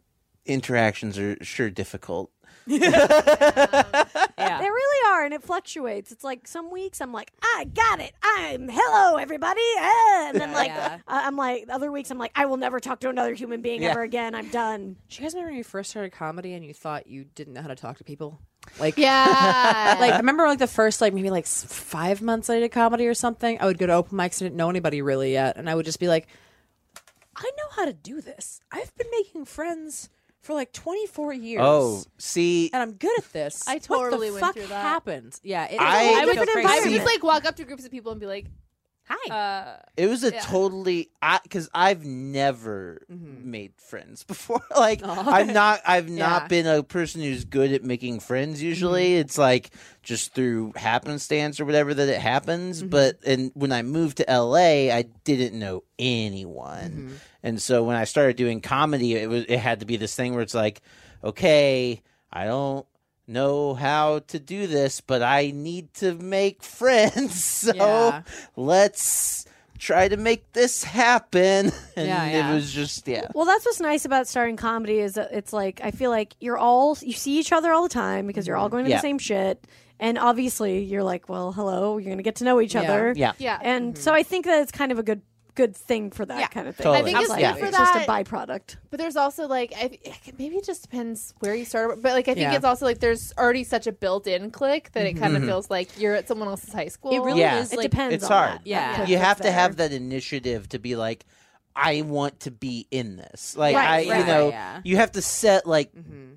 D: interactions are sure difficult.
C: yeah.
A: They really are, and it fluctuates. It's like some weeks I'm like, I got it. I'm hello everybody, ah," and then like
C: Yeah.
A: I- I'm like other weeks I'm like, I will never talk to another human being
D: Yeah.
A: ever again. I'm done.
C: Do you guys remember when you first started comedy and you thought you didn't know how to talk to people? Like,
B: <laughs> Yeah.
C: like I remember like the first like maybe like s- five months I did comedy or something. I would go to open mics. I didn't know anybody really yet, and I would just be like, I know how to do this. I've been making friends for like 24 years.
D: Oh, see,
C: And I'm good at this.
B: I
C: What the
B: totally went
C: fuck
B: through that.
C: Happened, yeah. It,
D: I-
C: it
D: I
C: was
D: was
C: so
A: an
C: crazy.
B: I would
A: environment.
B: just like walk up to groups of people and be like,
C: hi.
B: uh,
D: it was a
B: Yeah.
D: totally I because I've never made friends <laughs> before. like, I'm not, I've
C: Yeah.
D: not been a person who's good at making friends. Usually, it's like just through happenstance or whatever that it happens. But and when I moved to LA, I didn't know anyone, and so when I started doing comedy, it was it had to be this thing where it's like, okay, I don't know how to do this, but I need to make <laughs> friends. So
C: Yeah.
D: let's try to make this happen. <laughs> And
C: Yeah,
D: it
C: yeah.
D: was just yeah.
A: Well, that's what's nice about starting comedy is that it's like I feel like you're all you see each other all the time because you're all going to
D: Yeah.
A: the same shit, and obviously you're like, well, hello, you're gonna get to know each
C: Yeah.
A: other,
D: Yeah.
B: yeah.
A: And so I think that it's kind of a good good thing for that
B: Yeah.
A: kind of thing.
D: Mm-hmm. Totally. I think
A: It's
D: it's
A: like,
D: good for
A: it's just a
B: that-
A: byproduct.
B: But there's also like, I, I- maybe it just depends where you start. But like, I think
C: Yeah.
B: it's also like there's already such a built-in click that it kind of feels like you're at someone else's high school.
C: it really
D: Yeah.
C: is.
A: It
C: Like,
A: depends.
D: it's
A: on
D: hard.
A: That.
C: Yeah.
A: That
D: You
A: that's
D: have to
A: there.
D: have that initiative to be like, I want to be in this. Like
A: Right,
D: I
C: right,
D: you know,
C: yeah.
D: you have to set like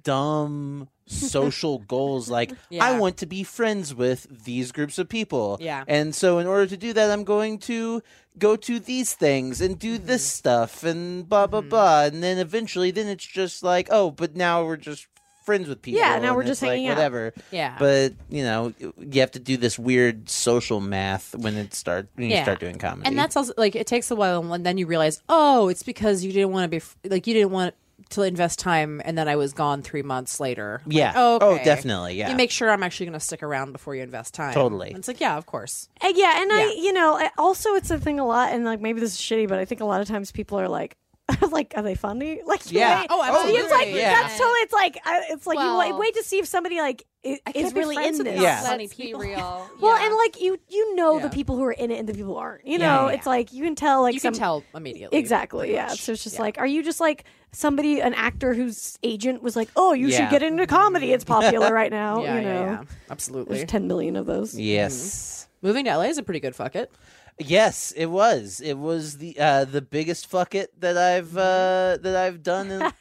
D: dumb social goals like I
C: Yeah.
D: want to be friends with these groups of people.
C: Yeah.
D: And so in order to do that I'm going to go to these things and do this stuff and blah blah blah. And then eventually then it's just like, oh, but now we're just friends with people.
A: Yeah, now
D: and
A: we're just
D: it's like,
A: hanging out.
D: whatever.
C: Yeah.
D: But you know, you have to do this weird social math when it start when you
C: Yeah.
D: start doing comedy.
C: And that's also like it takes a while, and then you realize, oh, it's because you didn't want to be f- like you didn't want to invest time, and then I was gone three months later. Like,
D: Yeah.
C: oh,
D: Oh,
C: okay.
D: definitely, yeah.
C: You make sure I'm actually going to stick around before you invest time.
D: Totally.
C: And it's like, yeah, of course.
A: And yeah, and I,
C: Yeah.
A: you know, I- also it's a thing a lot, and like maybe this is shitty, but I think a lot of times people are like, <laughs> like, are they funny? <laughs> Like, you
D: Yeah.
A: wait-
C: Oh, absolutely.
A: It's like
D: Yeah.
A: that's totally. It's like I- it's like you wait,
B: Well-
A: wait to see if somebody like i- is really in this.
D: these Yeah.
B: Let's
C: funny
B: be
C: people.
B: real.
A: Well,
B: Yeah.
A: and like you, you know
C: Yeah.
A: the people who are in it and the people who aren't. You
C: Yeah,
A: know,
C: yeah,
A: it's like you can tell. Like
C: you
A: some,
C: can tell immediately.
A: Exactly.
C: pretty
A: Yeah.
C: much.
A: So it's just
C: Yeah.
A: like, are you just like somebody, an actor whose agent was like, "Oh, you
D: Yeah.
A: should get into comedy. It's popular right now."
C: <laughs> yeah,
A: you know,
C: yeah, yeah. absolutely.
A: there's 10 million of those.
D: yes.
C: Moving to LA is a pretty good fuck it.
D: Yes, it was. It was the uh, the biggest fuck it that
C: Mm-hmm.
D: I've uh, that I've
C: <laughs>
D: done in,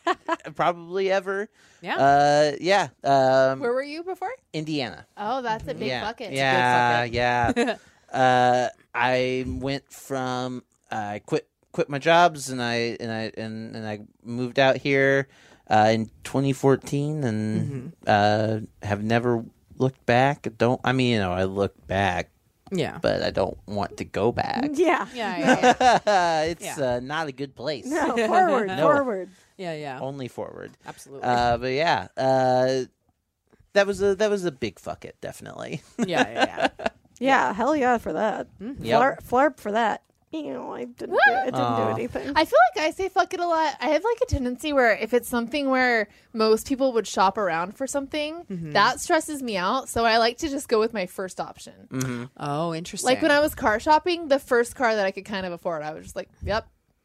D: probably ever.
C: Yeah.
D: Uh, yeah. Um,
B: where were you before?
D: Indiana.
B: Oh, that's a big
D: yeah.
B: bucket.
D: Yeah. Yeah. uh, I went from uh, I quit quit my jobs and I and I and, and I moved out here uh, in 2014 and uh, have never looked back. Don't I mean you know I look back
C: Yeah.
D: but I don't want to
A: <laughs>
D: go back.
A: <laughs> Yeah.
C: <laughs> yeah, yeah, yeah.
D: it's
C: Yeah.
D: uh, not a good place.
A: No, forward,
D: <laughs> No.
A: forward.
C: yeah, yeah.
D: Only forward.
C: Absolutely.
D: Uh, but yeah, uh, that was a that was a big fuck it, definitely. <laughs>
C: yeah, yeah, yeah.
A: Yeah, hell yeah for that.
D: Yep.
A: Flarp, flarp for that. You know, I didn't. Do, it didn't
D: Aw.
A: do anything.
B: I feel like I say fuck it a lot. I have like a tendency where if it's something where most people would shop around for something, that stresses me out. So I like to just go with my first option.
C: Oh, interesting.
B: Like when I was car shopping, the first car that I could kind of afford, I was just like, yep,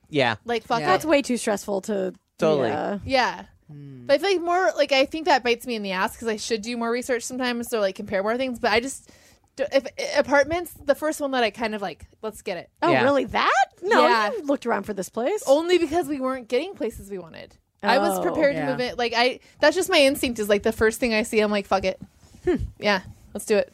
D: Yeah.
B: Like fuck
C: Yeah.
B: up.
A: That's way too stressful to
D: Totally.
A: Yeah.
B: Yeah. But I feel like more like I think that bites me in the ass because I should do more research sometimes or like compare more things. But I just do- if apartments, the first one that I kind of like, let's get it
A: Oh,
D: Yeah.
A: really? That? No,
B: Yeah.
A: you looked around for this place.
B: only because we weren't getting places we wanted. I was
A: Oh.
B: prepared
C: Yeah.
B: to move it. Like I, that's just my instinct is like the first thing I see, I'm like, fuck it,
A: Hmm.
B: yeah, let's do it.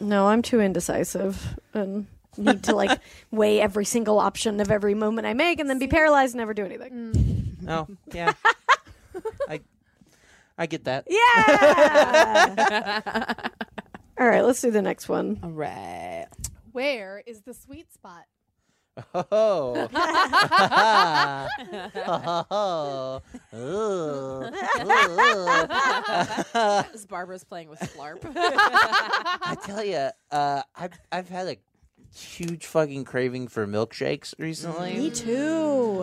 A: No, I'm too indecisive and need to like <laughs> weigh every single option of every moment I make and then be paralyzed and never do anything.
D: Oh, yeah. I I get that.
A: Yeah.
B: <laughs>
A: All right, let's do the next one.
C: All right.
B: Where is the sweet spot?
D: <laughs> Oh. <laughs> oh. Ooh.
C: As Barbara's playing with Flarp. <laughs>
D: I tell you, uh, I've I've had a huge fucking craving for milkshakes recently.
A: Me too.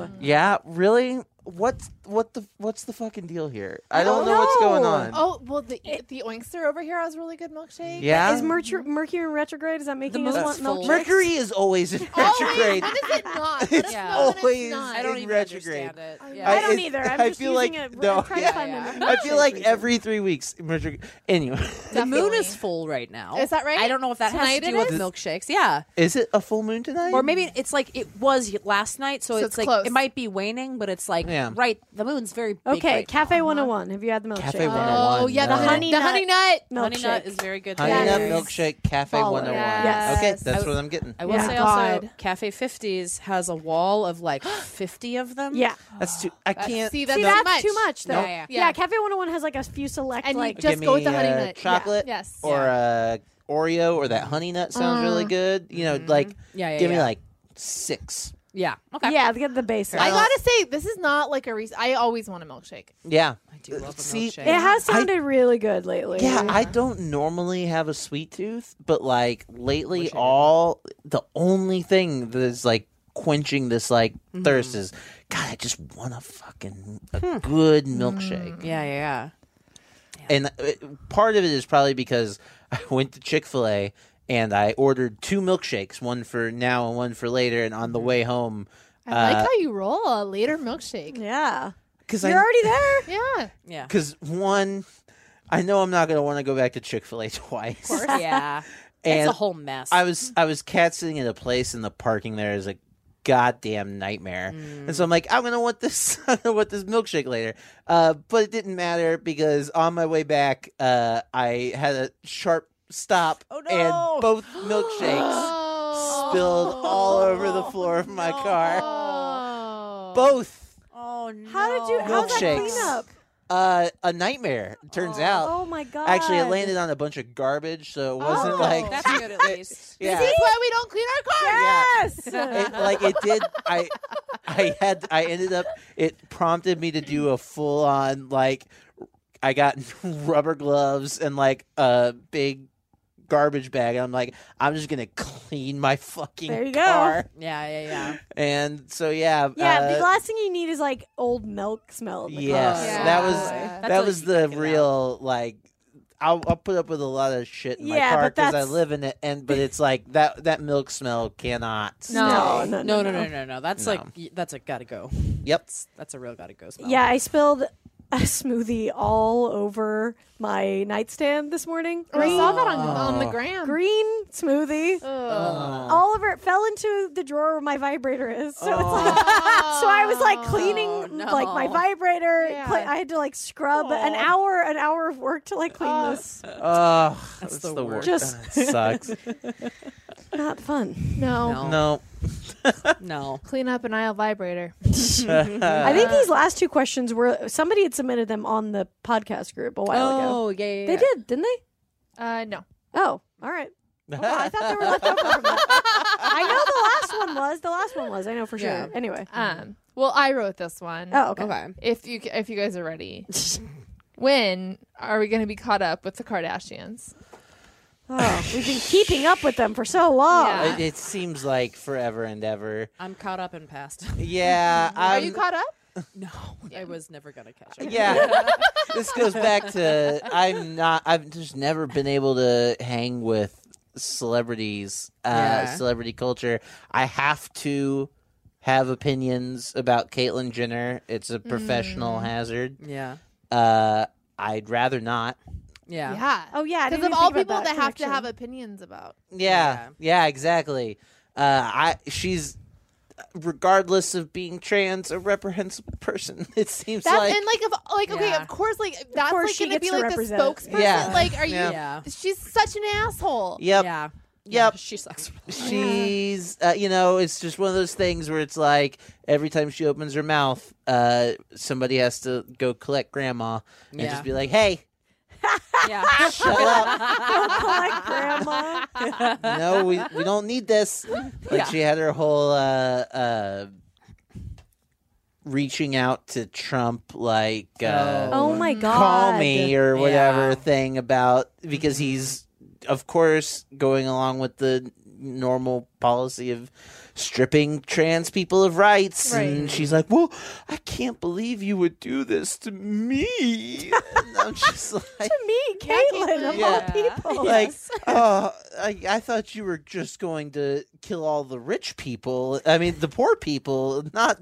C: Mm.
D: Yeah, really. What's what the what's the fucking deal here? I don't know what's going
A: know.
D: on.
B: Oh well, the the oinkster over here has really good milkshake.
D: yeah,
A: Is Mercury, Mercury in retrograde? Is that making
C: most
A: us want
C: full-
A: milkshakes?
D: Mercury is always in
B: Always.
D: retrograde.
B: When is
A: <laughs>
B: it not?
D: It's
B: yeah.
D: always-
C: I don't even
D: retrograde.
C: understand it.
A: I
C: Yeah.
A: don't
D: it's-
A: either. I'm
D: I
A: just
D: feel
A: using
D: like-
A: it.
D: no,
A: I'm trying
D: yeah,
A: to find
C: yeah.
A: a
D: I feel like
A: reason.
D: every three weeks. Mercury. Anyway,
C: The moon
B: Definitely.
C: is full right now.
B: Is that right?
C: I don't know if that
B: Tonight
C: has to
B: it
C: do with
B: is?
C: milkshakes. Yeah.
D: is it a full moon tonight?
C: Or maybe it's like it was last night, so,
B: So
C: it's,
B: it's
C: like
B: close.
C: it might be waning, but it's like
D: Yeah.
C: right. The moon's very big
A: Okay,
C: right
A: Cafe 101. Have you had the milkshake?
D: Cafe One Hundred One.
B: Oh yeah, the honey, the
A: nut.
B: honey nut.
C: now. Honey
A: milkshake.
C: nut is very good.
D: Honey
C: too.
D: Nut
B: Yes.
D: Milkshake Cafe
A: Follow.
D: One Hundred One.
B: Yes.
D: Okay, that's
C: I-
D: what I'm getting.
C: I will
A: Yeah.
C: say also,
B: God.
C: Cafe 50s has a wall of <gasps> like 50 of them.
A: yeah.
D: That's too. I can't.
B: See, that's,
A: See,
B: too
A: that's
B: much.
A: too much, though.
C: Nope.
A: Yeah,
C: Yeah,
B: yeah.
A: Cafe 101 has like a few select,
B: And you
A: like,
B: just
D: Give
B: go with
D: me,
B: the honey
D: uh,
B: nut. Yeah.
D: chocolate.
B: Yes. Mm.
D: Or uh, Oreo or that honey nut sounds really good. You know,
B: Mm-hmm.
D: like
C: Yeah, yeah,
D: give me
C: yeah.
D: like six.
C: Yeah. Okay.
A: yeah, get the basics.
B: I gotta say, this is not like a reason. I always want a milkshake.
D: Yeah.
C: I do love a
D: See,
C: milkshake.
A: It has
D: I-
A: sounded really good lately.
D: Yeah, I don't normally have a sweet tooth, but like lately,
C: Wish I did.
D: all the only thing that is like quenching this like thirst
B: Mm-hmm.
D: is God. I just want a fucking a
B: Hmm.
D: good milkshake,
C: Yeah, yeah, yeah.
D: and uh, part of it is probably because <laughs> I went to Chick Fil A and I ordered two milkshakes, one for now and one for later, and on the
C: Mm-hmm.
D: way home.
B: I
D: uh,
B: like how you roll a later milkshake.
A: Yeah.
D: Because
A: You're already there.
B: Yeah.
C: Yeah.
D: because one, I know I'm not gonna want to go back to Chick Fil A <laughs> twice.
C: yeah.
D: And
C: it's a whole mess.
D: I was I was cat sitting at a place and the parking there is a goddamn nightmare. And
C: Mm.
D: so I'm like, I'm gonna want this <laughs> I'm gonna want this milkshake later. Uh, but it didn't matter because on my way back, uh, I had a sharp stop
C: Oh, no.
D: and both
C: <gasps>
D: milkshakes <laughs>
B: Oh.
D: spilled all over the floor of my car.
B: Oh.
D: Both
C: oh no.
A: How did you? How's that
D: Milkshakes.
A: cleanup?
D: uh, a nightmare, turns out.
A: Oh my god!
D: Actually, it landed on a bunch of garbage, so it wasn't
A: Oh.
D: like
C: That's
D: <laughs>
C: good at least.
D: yeah.
B: That's why we don't clean our car.
A: Yes.
D: it, like it did i i had i ended up it prompted me to do a full on like i got <laughs> rubber gloves and like a big garbage bag and i'm like i'm just gonna clean my fucking
A: There you go.
D: car
C: <laughs> Yeah, yeah, yeah.
D: and so yeah
A: yeah.
D: uh,
A: the last thing you need is like old milk smell. in the
C: Oh,
D: yes
A: car.
C: yeah.
D: that was
B: That's
D: that
C: like
D: was
C: you
D: the
C: kick it out.
D: real like I'll, I'll put up with a lot of shit in
A: Yeah,
D: my car
A: but
D: because I
A: that's-
D: live in it, and but it's like that that milk smell cannot.
A: No,
D: stay.
A: no,
C: No, no, no, no, no. That's
D: No.
C: like y- that's a gotta go.
D: Yep.
C: That's a real gotta go smell.
A: Yeah, I spilled a smoothie all over my nightstand this morning.
B: Oh, I
A: Green,
B: saw that on, on the gram.
A: green smoothie.
B: Ugh.
D: Um, Uh-huh.
A: all over it fell into the drawer where my vibrator is. So it's like, <laughs> so I was like cleaning
C: Oh, no.
A: like my vibrator.
B: Yeah.
A: cle- I had to like scrub an hour, an hour of work to like clean this.
C: Ah.
D: Oh, that's,
C: the
D: worst.
A: worst.
D: Just sucks.
A: Not fun.
B: No.
C: No.
D: no,
C: No.
B: Clean up an aisle vibrator.
D: Uh.
A: I think these last two questions were somebody had submitted them on the podcast group a while ago.
C: Oh, yeah, yeah,
A: They did, didn't they?
B: Uh, no.
A: Oh, all right. Oh, I thought they
B: <laughs>
A: were left over from that. I know the last one was. The last one was. I know for sure.
C: Yeah.
A: Anyway.
B: Um. Well, I wrote this one.
A: Oh, okay.
C: Okay.
B: If you if you guys are ready, when are we going to be caught up with the Kardashians?
A: <laughs> Oh, we've been keeping up with them for so long.
B: Yeah.
A: <laughs>
D: it, it seems like forever and ever.
C: I'm caught up and <laughs> past.
D: Yeah,
B: Are
D: um,
B: you caught up?
C: no, I was never gonna catch up.
D: Yeah, this goes back to I'm not. I've just never been able to hang with celebrities, uh,
C: Yeah.
D: celebrity culture. I have to have opinions about Caitlyn Jenner. It's a professional hazard.
C: Yeah.
D: Uh, I'd rather not.
C: Yeah.
B: Yeah.
A: Oh, yeah, I
B: Because
A: didn't even
B: of all
A: think
B: people
A: about
B: that
A: that
B: have to
A: connection.
B: have opinions about.
D: Yeah, yeah, exactly. Uh, I she's regardless of being trans, a reprehensible person. <laughs> It seems
B: That's
D: like
B: and like of like okay,
C: Yeah.
B: of course, like that's
A: course
B: like
A: she
B: gonna
A: gets
B: be
A: to
B: like the
A: represent it.
B: spokesperson.
D: Yeah.
B: Like, are you?
C: Yeah.
B: She's such an asshole.
D: yep,
C: Yeah.
D: Yep.
C: She sucks.
D: she's uh, you know it's just one of those things where it's like every time she opens her mouth, uh, somebody has to go collect grandma and
C: Yeah.
D: just be like, hey, <laughs>
C: yeah.
D: shut up.
A: Like Oh grandma.
B: <laughs>
D: no, we, we don't need this. Like
C: Yeah.
D: she had her whole uh, uh, reaching out to Trump, like uh,
A: Oh my god.
D: call me or whatever
C: Yeah. Mm-hmm.
D: thing about because he's of course going along with the normal policy of stripping trans people of rights and she's like well i can't believe you would do this to me <laughs> and
C: <laughs>
D: i'm just like
A: Me, Caitlin, of
D: Yeah.
A: all people.
D: like oh I, I thought you were just going to kill all the rich people i mean the poor people not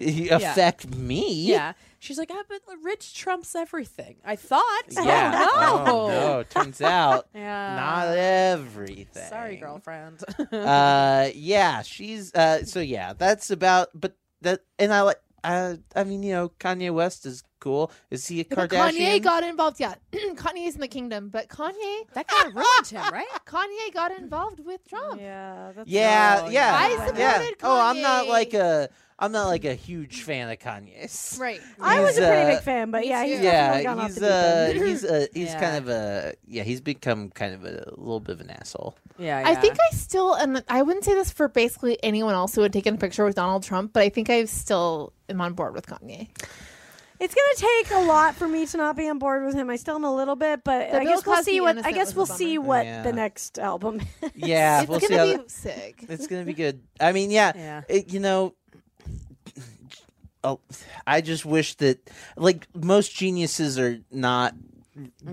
D: affect me
C: Yeah. She's like, ah, but rich trumps everything. I thought.
D: yeah
C: Oh, no.
D: Oh, no. turns out
C: Yeah.
D: not everything.
C: Sorry,
B: <laughs>
C: girlfriend.
D: Uh, yeah, she's uh. So yeah, that's about. But that and I like. I I mean, you know, Kanye West is cool. Is he a
B: But
D: Kardashian?
B: Kanye got involved. Yeah, <clears throat> Kanye's in the kingdom, but Kanye,
C: that kind of ruined him, right?
B: Kanye got involved with Trump.
A: Yeah, that's
D: yeah,
C: Oh,
D: yeah.
C: I
D: yeah.
B: supported
D: Oh, I'm not
B: Kanye.
D: like a. I'm not like a huge fan of Kanye's.
B: <laughs> Right.
A: I was a pretty
D: He's, uh,
A: big fan, but
B: me
A: yeah,
B: too.
A: he's definitely gone
D: Yeah,
A: off the
D: he's
A: deep
D: uh,
A: end.
D: he's uh,
B: <laughs>
D: he's
C: Yeah.
D: kind of a yeah. He's become kind of a, little bit of
B: <laughs>
D: an asshole.
C: <laughs> Yeah,
B: I think I still, and I wouldn't say this for basically anyone else who had taken a picture with Donald Trump, but I think I still am on board with Kanye.
A: It's gonna take a lot for me to not be on board with him. I still am a little bit, but
B: The
A: I
B: Bill
A: guess we'll
B: Cosby
A: see what I
B: Innocent was
A: guess
B: a
A: we'll
B: bummer.
A: see what
D: Yeah.
A: the next album. is.
D: Yeah,
B: it's
D: we'll see how
B: gonna
D: that-
B: be
D: <laughs>
B: sick.
D: It's gonna be good. I mean, yeah,
C: <laughs> Yeah.
D: it- you know, oh, I just wish that like most geniuses are not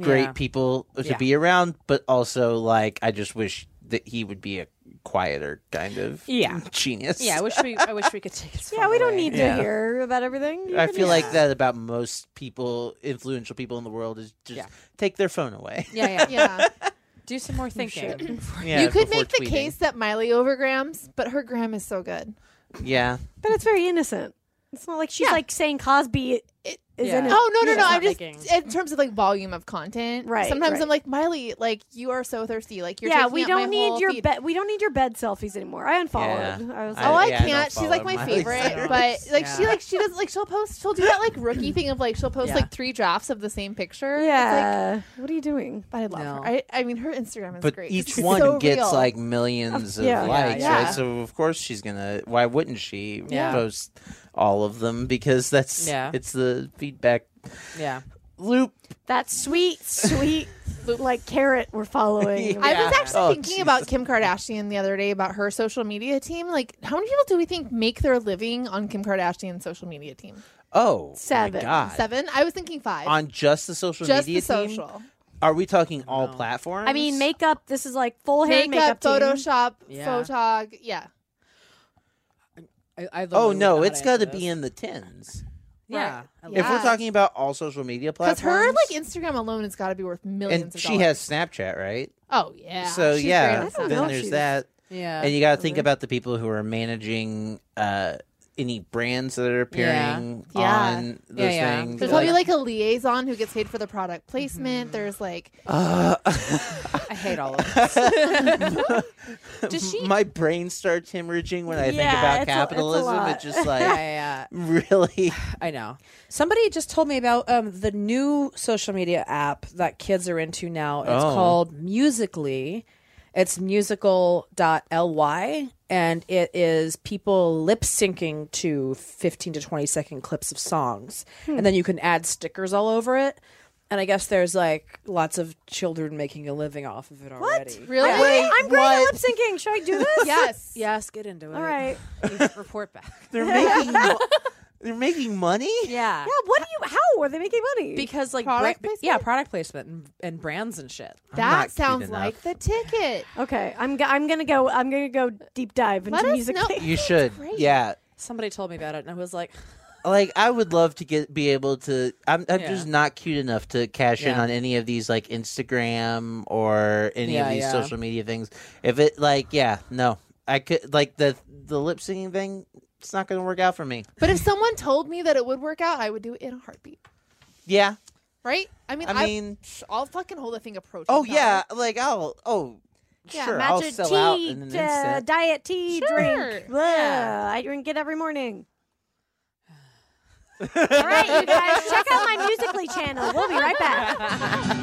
D: great
C: Yeah.
D: people to
C: Yeah.
D: be around, but also like I just wish that he would be a quieter kind of
C: Yeah.
D: genius.
C: Yeah, I wish we. I wish we could take it.
A: yeah, we don't need to
D: Yeah.
A: hear about everything. You
D: I
A: can
D: feel
A: just-
D: like that about most people, influential people in the world, is just
C: Yeah.
D: take their phone away.
C: Yeah, yeah.
B: <laughs> Yeah.
C: Do some more thinking.
D: <laughs> Yeah,
B: you could
D: before
B: make the
D: tweeting.
B: case that Miley overgrams, but her gram is so good.
D: Yeah,
A: but it's very innocent. It's not like she's
B: Yeah.
A: like saying Cosby i- is
C: Yeah.
A: in it.
B: Oh no no
C: She's
B: no!
C: not
B: I'm just
C: making-
B: in terms of like volume of content.
A: Right,
B: Sometimes
A: right.
B: I'm like Miley, like you are so thirsty. Like you're
A: yeah,
B: taking
A: we
B: up my
A: don't need
B: whole
A: your
B: feed.
A: bed. We don't need your bed selfies anymore. I unfollowed.
D: Yeah.
A: I was like,
B: Oh, I,
D: yeah, I don't
B: can't. She's
D: follow
B: like my
D: Miley
B: favorite,
C: Cyrus.
B: but like she
C: Yeah.
B: like she does like she'll post she'll do that like rookie thing of like she'll post
C: Yeah.
B: like three drafts of the same picture. It's like,
A: yeah. what are you doing?
B: but I love
C: No.
B: her. I, I mean her Instagram is
D: but
B: great.
D: each
B: It's
D: one
B: so
D: gets
B: real.
D: like millions of
A: Yeah. Yeah,
D: likes,
C: yeah.
D: right? So of course she's gonna. Why wouldn't she
C: Yeah.
D: post all of them? Because that's
C: Yeah.
D: it's the feedback
C: <laughs> yeah.
D: loop.
A: That sweet, sweet,
B: <laughs>
A: like carrot we're following.
D: Yeah.
B: I was actually
D: Oh,
B: thinking about Kim Kardashian the other day about her social media team. Like, how many people do we think make their living on Kim Kardashian's social media team?
D: Oh,
A: Seven.
D: My God.
B: Seven? I was thinking five.
D: On just the social
B: just the
D: media team?
B: social.
D: Are we talking all platforms?
A: I mean, makeup. This is like full hair and
B: Makeup,
A: makeup. team.
B: Photoshop,
C: Yeah.
B: photog. Yeah.
C: I, I literally
D: Oh
C: would
D: no,
C: not
D: it's got to
C: answer
D: be
C: this.
D: in the tens.
C: Yeah.
B: Yeah.
D: If we're talking about all social media
B: Because
D: platforms,
B: her like Instagram alone has got to be worth millions
D: and
B: of
D: she has
B: dollars.
D: Snapchat, right?
B: Oh yeah.
D: so
B: She's
D: yeah,
B: great
A: I
B: at
A: don't
B: Snapchat.
D: then
A: know if
D: there's
A: she's-
D: that.
C: Yeah.
D: and you got to think about the people who are managing uh, any brands that are appearing
B: Yeah. Yeah.
D: on those
C: Yeah, yeah.
D: things.
B: There's probably like a liaison who gets paid for the product placement. There's like
D: Mm-hmm. uh,
C: I hate all
D: <laughs>
C: of this. Does she?
D: my brain starts hemorrhaging when
A: Yeah,
D: I think
A: it's
D: about
A: a- it's a
D: capitalism.
A: lot.
D: it's just
C: yeah, <laughs>
D: like <laughs>
C: yeah,
D: really,
C: yeah. I know. Somebody just told me about um, the new social media app that kids are into now. It's
D: Oh.
C: called Musically. It's musical.ly, and it is people lip syncing to 15 to 20 second clips of songs. And then you can add stickers all over it. And I guess there's like lots of children making a living off of it already.
B: really.
A: I'm great at lip syncing. Should I do
B: <laughs>
A: this?
B: Yes.
C: Yes, get into it.
A: All right.
C: Please <laughs> report back.
D: they're making mo- they're making money.
C: Yeah.
A: Yeah. What do you? How are they making money?
C: Because like
B: Product
C: bra-
B: placement?
C: yeah, product placement and, and brands and shit.
D: not
B: That
D: cute
B: sounds
D: enough.
B: like the ticket.
A: okay, I'm. Go- I'm gonna go. I'm gonna go deep dive into
B: Let us
A: music.
B: know-
D: You should, yeah.
C: Somebody told me about it, and I was like,
D: Like I would love to get be able to. I'm I'm
C: Yeah.
D: just not cute enough to cash in
C: Yeah.
D: on any of these like Instagram or any
C: Yeah,
D: of these
C: yeah.
D: social media things. If it like yeah no I could like the the lip singing thing. It's not going to work out for me.
B: But if someone told me that it would work out, I would do it in a heartbeat.
D: Yeah.
B: Right? I mean,
D: I mean.
B: I'll fucking hold a thing a protein.
D: Oh
B: powder.
D: yeah. Like I'll. Oh.
A: Yeah,
D: sure. I'll
A: matcha
D: sell
A: tea,
D: out in an
A: uh,
D: instant.
A: diet tea
B: Sure.
A: drink. Blah.
B: Yeah.
A: I drink it every
D: <laughs>
A: morning. All right, you guys, check out my Musically channel. We'll be right
B: <laughs>
A: back.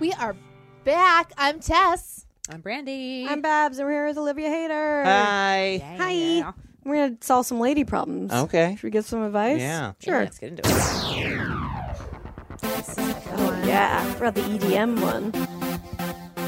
B: We are back. I'm Tess.
C: "I'm Brandy.
A: I'm Babs, and we're here with Olivia Hayter.
D: Hi.
C: Yeah,
A: Hi.
C: yeah.
A: We're gonna solve some lady problems.
D: Okay.
A: Should we give some advice?
D: Oh. Yeah.
C: Yeah,
A: Sure.
C: Let's get into it.
A: Oh, yeah. I forgot the EDM one.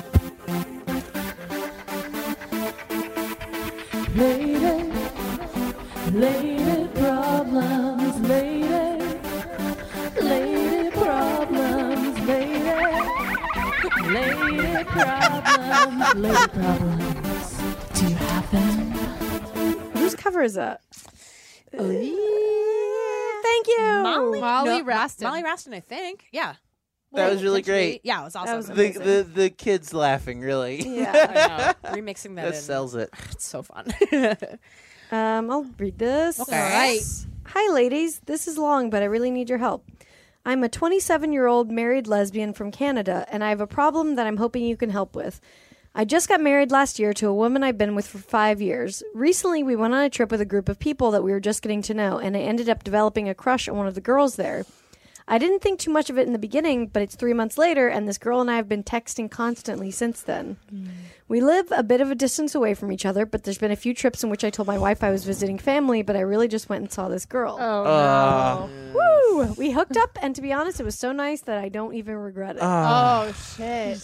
A: Whose cover is that? Thank you.
C: Molly,
B: Molly Raston.
C: Molly Raston, I think. Yeah.
D: That was really
C: Potentially-
D: great.
C: Yeah, it was awesome.
A: was
D: The <laughs> the the kids laughing really.
A: Yeah.
C: I know. Remixing that,
D: <laughs> That
C: in.
D: sells it.
C: It's
A: <laughs>
C: so fun.
A: Um, I'll read this.
C: Okay. All right.
A: Hi, ladies. This is long, but I really need your help. I'm a 27 year old married lesbian from Canada, and I have a problem that I'm hoping you can help with. I just got married last year to a woman I've been with for five years. Recently, we went on a trip with a group of people that we were just getting to know, and I ended up developing a crush on one of the girls there. I didn't think too much of it in the beginning, but it's three months later, and this girl and I have been texting constantly since then. We live a bit of a distance away from each other, but there's been a few trips in which I told my wife I was visiting family, but I really just went and saw this girl.
B: Oh,
A: Woo! We hooked up, and to be honest, it was so nice that I don't even regret it.
B: no. Oh, shit.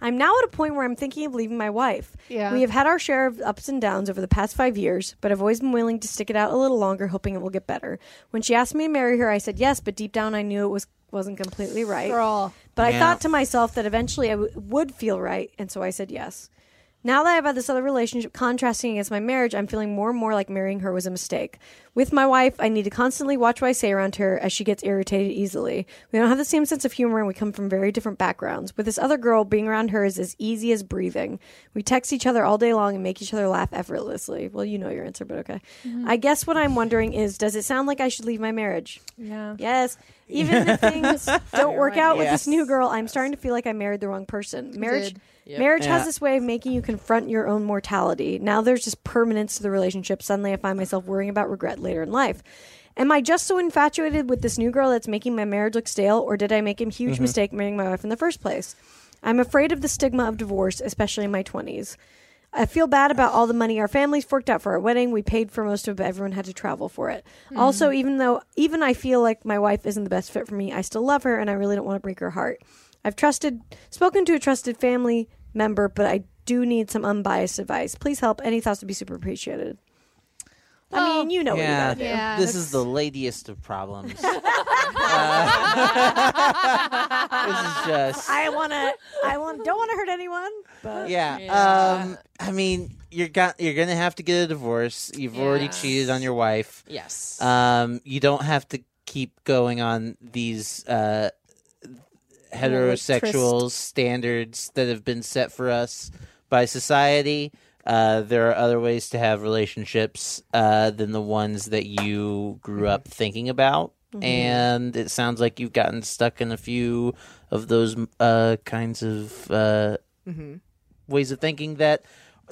A: I'm now at a point where I'm thinking of leaving my wife.
B: Yeah.
A: We have had our share of ups and downs over the past five years, but I've always been willing to stick it out a little longer, hoping it will get better. When she asked me to marry her, I said yes, but deep down I knew it was wasn't completely right.
B: Girl.
A: But I
D: Yeah.
A: thought to myself that eventually I w- would feel right, and so I said yes. Now that I've had this other relationship contrasting against my marriage, I'm feeling more and more like marrying her was a mistake. With my wife, I need to constantly watch what I say around her as she gets irritated easily. We don't have the same sense of humor and we come from very different backgrounds. With this other girl, being around her is as easy as breathing. We text each other all day long and make each other laugh effortlessly. Well, you know your answer, but okay. I guess what I'm wondering is does it sound like I should leave my marriage?
B: Yeah. <laughs>
A: Yes. Even if things don't work out with this
D: Yes.
A: new girl, I'm starting to feel like I married the wrong person. Marriage
B: did.
A: marriage has
D: Yeah.
A: this way of making you confront your own mortality. Now there's just permanence to the relationship. Suddenly I find myself worrying about regret later in life. Am I just so infatuated with this new girl that's making my marriage look stale, or did I make a
D: Mm-hmm.
A: huge mistake marrying my wife in the first place? I'm afraid of the stigma of divorce, especially in my 20s. I feel bad about all the money our families forked out for our wedding. We paid for most of it, but everyone had to travel for it. Also, even though even I feel like my wife isn't the best fit for me, I still love her and I really don't want to break her heart. I've trusted spoken to a trusted family member, but I do need some unbiased advice. Please help. Any thoughts would be super appreciated. I
B: Well,
A: mean, you know
D: yeah.
A: what you gotta do.
B: Yeah,
D: This
B: that's-
D: is the ladiest of
B: <laughs>
D: problems. Uh, <laughs> this is just.
A: I wanna I want don't wanna hurt anyone, but
D: yeah. Um. I mean, you're got. You're gonna have to get a divorce. You've already cheated on your wife.
C: yes.
D: Um. You don't have to keep going on these uh, heterosexual standards that have been set for us by society. Uh, there are other ways to have relationships uh, than the ones that you grew up thinking about. And it sounds like you've gotten stuck in a few of those uh, kinds of uh, ways of thinking that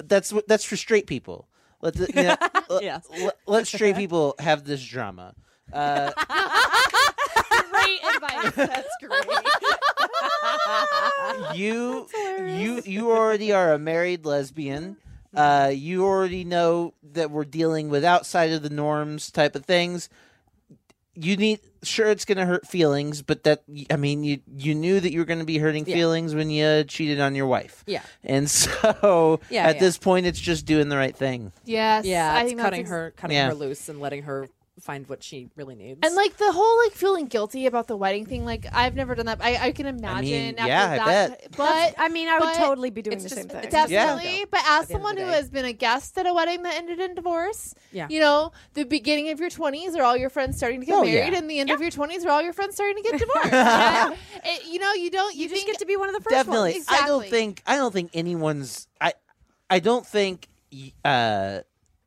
D: that's what that's for straight people. Let the, you know, let-
C: Yes.
D: let, let straight people have this drama. Uh,
B: great advice. That's great.
D: <laughs> you you you already are a married lesbian. Uh, you already know that we're dealing with outside of the norms type of things. You need sure it's going to hurt feelings, but that I mean you you knew that you were going to be hurting
C: Yeah.
D: feelings when you cheated on your wife.
C: Yeah.
D: And <laughs> so
C: Yeah,
D: at
C: yeah.
D: this point it's just doing the right thing.
B: Yes.
C: yeah,
B: I
C: it's
B: think that's
C: cutting
B: ex-
C: her, cutting
D: Yeah.
C: her loose, and letting her find what she really needs.
B: And like the whole like feeling guilty about the wedding thing, like I've never done that. but I, I can imagine.
D: mean,
B: after
D: yeah, I
B: that, But
A: I mean, I would
B: but
A: totally be doing
C: it's
A: the
C: just-
A: same thing.
C: it's
D: Yeah.
B: definitely. But as
C: the end of
B: someone
C: the
B: who
C: day.
B: has been a guest at a wedding that ended in divorce,
C: Yeah.
B: you know, the beginning of your twenties are all your friends starting to get
D: Oh, yeah.
B: married, and the end of your twenties are all your friends starting to get divorced. Yeah. It- you know, you don't. You,
A: you just
B: think
A: get to be one of the first
D: Definitely.
B: ones.
D: I don't
B: Exactly.
D: think I don't think anyone's I I don't think y- uh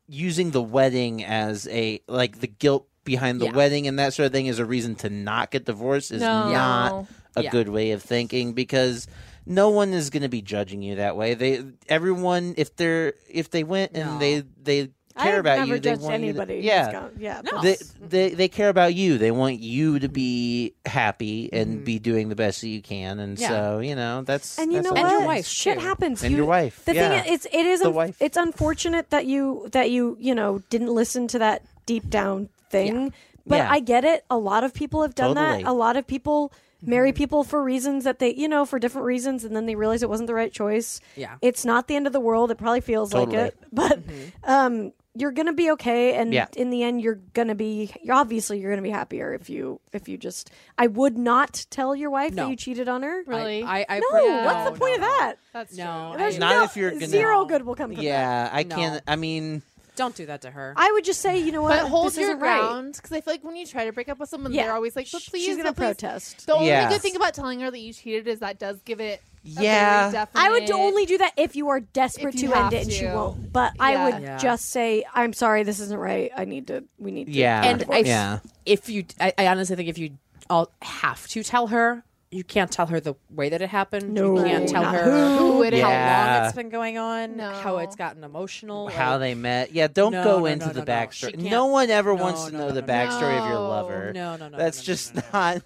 D: using the wedding as a like the guilt behind the
C: Yeah.
D: wedding and that sort of thing is a reason to not get divorced is
B: No.
D: not a
C: Yeah.
D: good way of thinking because no one is going to be judging you that way. They everyone if they're if they went and
C: No.
D: they they
A: I
D: care
A: have
D: about
A: never
D: you they
A: judged
D: want
A: anybody.
D: you
A: who's
D: to, yeah
A: gone- yeah.
C: No.
D: they,
C: else.
D: they they care about you. They want you to be happy and be doing the best that you can. And
C: Mm-hmm. Yeah.
D: so you know that's
A: And you
D: that's
A: know what?
D: all
C: And your
D: it
C: wife,
D: is.
C: shit
A: Shit
C: too.
A: happens.
D: And your wife,
A: The
D: yeah.
A: thing is, it's, it is
D: The
A: un-
D: wife.
A: it's unfortunate that you that you you know didn't listen to that deep down thing. But
D: Yeah.
A: I get it. A lot of people have done
D: Totally.
A: that. A lot of people marry people for reasons that they you know for different reasons, and then they realize it wasn't the right choice.
C: Yeah.
A: it's not the end of the world. It probably feels
D: Totally. Mm-hmm.
A: like it, <laughs> but um, you're gonna be okay. And
D: Yeah.
A: in the end, you're gonna be you're obviously you're gonna be happier if you if you just. I would not tell your wife
C: No.
A: that you cheated on her.
C: I-
B: really.
C: I, I,
A: No,
C: no,
A: what's the
C: no,
A: point of
C: no.
A: that?
B: that's
C: No,
B: true.
C: I-
A: There's
D: Not
A: no-
D: if you're gonna-
A: zero good will come from that.
D: Yeah, I
C: No.
D: can't. I mean,
C: don't do that to her.
A: I would just say, you know what,
B: But hold
A: this
B: your
A: isn't right.
B: ground because I feel like when you try to break up with someone,
A: Yeah.
B: they're always like, "But
A: Sh-
B: please,
A: she's gonna
B: but please."
A: protest.
B: The only
D: Yeah.
B: good thing about telling her that you cheated is that does give it. a very
D: Yeah.
B: definite-
A: I would only do that if you are desperate
B: If you
A: to end
B: have
A: it and she
B: to.
A: won't. But I
B: Yeah.
A: would
C: Yeah.
A: just say, I'm sorry, this isn't right. I need to, we need to.
D: yeah,
C: and I,
D: yeah,
C: if you, I, I honestly think if you all have to tell her, you can't tell her the way that it happened.
A: No,
C: you can't tell
A: not
C: her
B: who it
C: how
D: Yeah.
C: long it's been going on,
B: No.
C: how it's gotten emotional,
D: how
C: like-
D: they met. Yeah, don't
C: No,
D: go
C: no, no,
D: into
C: no,
D: the
C: no. She
D: backstory.
C: can't-
D: No one ever
C: No,
D: wants to
C: no,
D: know
C: no,
D: the
C: no, no.
D: backstory of your
B: No.
D: lover.
C: No, no, no.
D: That's
C: no, no,
D: just
C: no, no,
D: not.
C: no.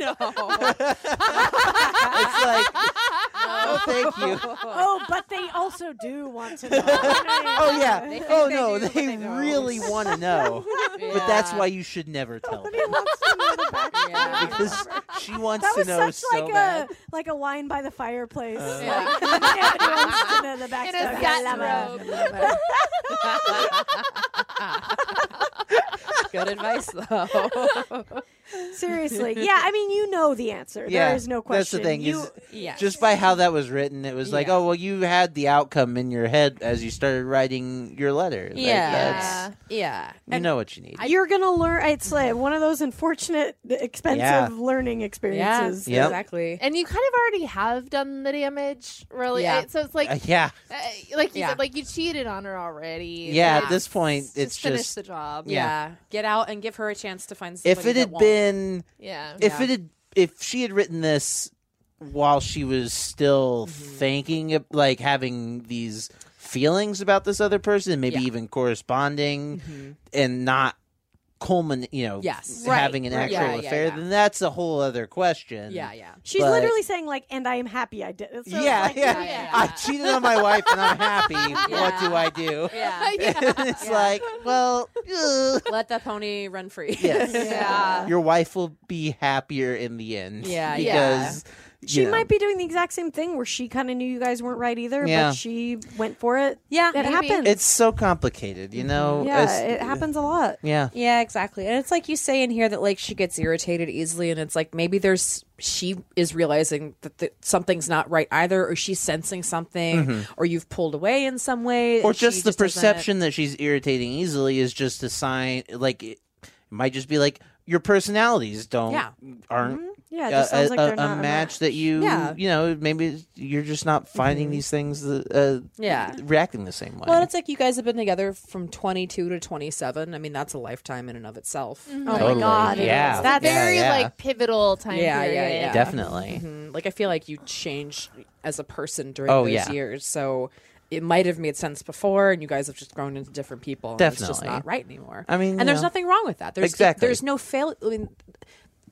C: no. <laughs>
D: It's like, oh, thank <laughs> you.
A: Oh, but they also do want to know. oh,
D: <laughs> Oh yeah.
C: think
D: oh
C: they
D: no,
C: do, but
D: they,
C: they don't.
D: really want
C: <laughs>
D: to know, but that's why you should never tell them
C: Yeah.
D: because she wants
A: That
D: to
A: was
D: know
A: such
D: so
A: like
D: bad. Uh.
A: a like a wine by the fireplace.
C: Yeah.
A: Like, <laughs> nobody wants to know the
B: In
A: backstory.
B: a
A: I
B: satin
A: love it.
B: robe.
C: Good advice,
B: <laughs>
C: though.
A: Seriously, yeah. I mean, you know the answer. there is no question.
D: That's the thing
A: You-
D: is,
C: yes.
D: just by how that was written, it was like,
C: Yeah.
D: oh well, you had the outcome in your head as you started writing your letter. Like, that's-
C: yeah. Yeah.
D: you know what you need.
A: you're gonna learn. It's like one of those unfortunate, expensive
D: Yeah.
A: learning
C: Yeah.
A: experiences.
D: Yep.
C: Exactly.
B: and you kind of already have done the damage, really.
C: Yeah.
B: Uh, So it's like,
D: Uh, yeah,
B: uh, like you
C: Yeah.
B: said, like you cheated on her already.
D: yeah.
B: Like,
D: At this point, it's
B: just finish
D: just
B: the job.
C: Yeah. Get out and give her a chance to find somebody
D: if it
C: that
D: had
C: won't.
D: been,
B: yeah.
D: if
C: Yeah.
D: it had, if she had written this while she was still
C: Mm-hmm.
D: thinking, of- like having these feelings about this other person, maybe
C: Yeah. Mm-hmm.
D: even corresponding, and not culmin, you know,
C: Yes.
B: Right,
D: having an
B: right.
D: actual
C: Yeah, yeah,
D: affair,
C: yeah.
D: then that's a whole other question.
C: Yeah,
B: <laughs>
C: yeah.
A: She's
D: But-
A: literally saying like, "And I am happy I did." it." So it's
D: yeah,
A: like,
D: yeah.
B: yeah.
D: I cheated on my wife and I'm happy. What do I do?
C: <laughs> Yeah.
B: <laughs>
D: <laughs> it's like, well, ugh.
C: Let that pony run free.
D: Yes. <laughs>
B: Yeah.
D: your wife will be happier in the end.
C: Yeah, yeah.
D: because
A: She might be doing the exact same thing where she kind of knew you guys weren't right either,
D: Yeah.
A: but she went for it.
C: Yeah,
A: it
C: maybe.
A: happens.
D: It's so complicated, you know.
A: yeah,
D: It's-
A: it happens a lot.
D: Yeah,
C: Yeah, exactly. And it's like you say in here that like she gets irritated easily, and it's like maybe there's she is realizing that the, something's not right either, or she's sensing something, or you've pulled away in some way,
D: Mm-hmm. or
C: and she
D: just the
C: doesn't-
D: perception that she's irritating easily is just a sign. Like it, it might just be like your personalities don't
C: Yeah. Mm-hmm.
D: aren't
A: Yeah, it
D: a,
A: just sounds
D: a-
A: like they're
D: a- a
A: not
D: match that you
C: Yeah. Mm-hmm.
D: you know maybe you're just not finding these things that, uh,
C: Yeah.
D: reacting the same way.
C: Well, it's like you guys have been together from 22 to 27. I mean, that's a lifetime in and of itself.
A: Oh
D: Totally.
A: my god, it
D: Yeah.
A: is.
B: That
A: That's
B: very
D: yeah.
B: like pivotal time
C: Yeah, yeah,
B: period.
C: yeah.
D: definitely.
C: Mhm. Like I feel like you change as a person during
D: Oh,
C: those
D: yeah.
C: years, so it might have made sense before, and you guys have just grown into different people. and it's just
D: Definitely.
C: not right anymore.
D: I mean, you
C: and there's
D: know.
C: nothing wrong with that. There's
D: Exactly.
C: There's no fail. I mean,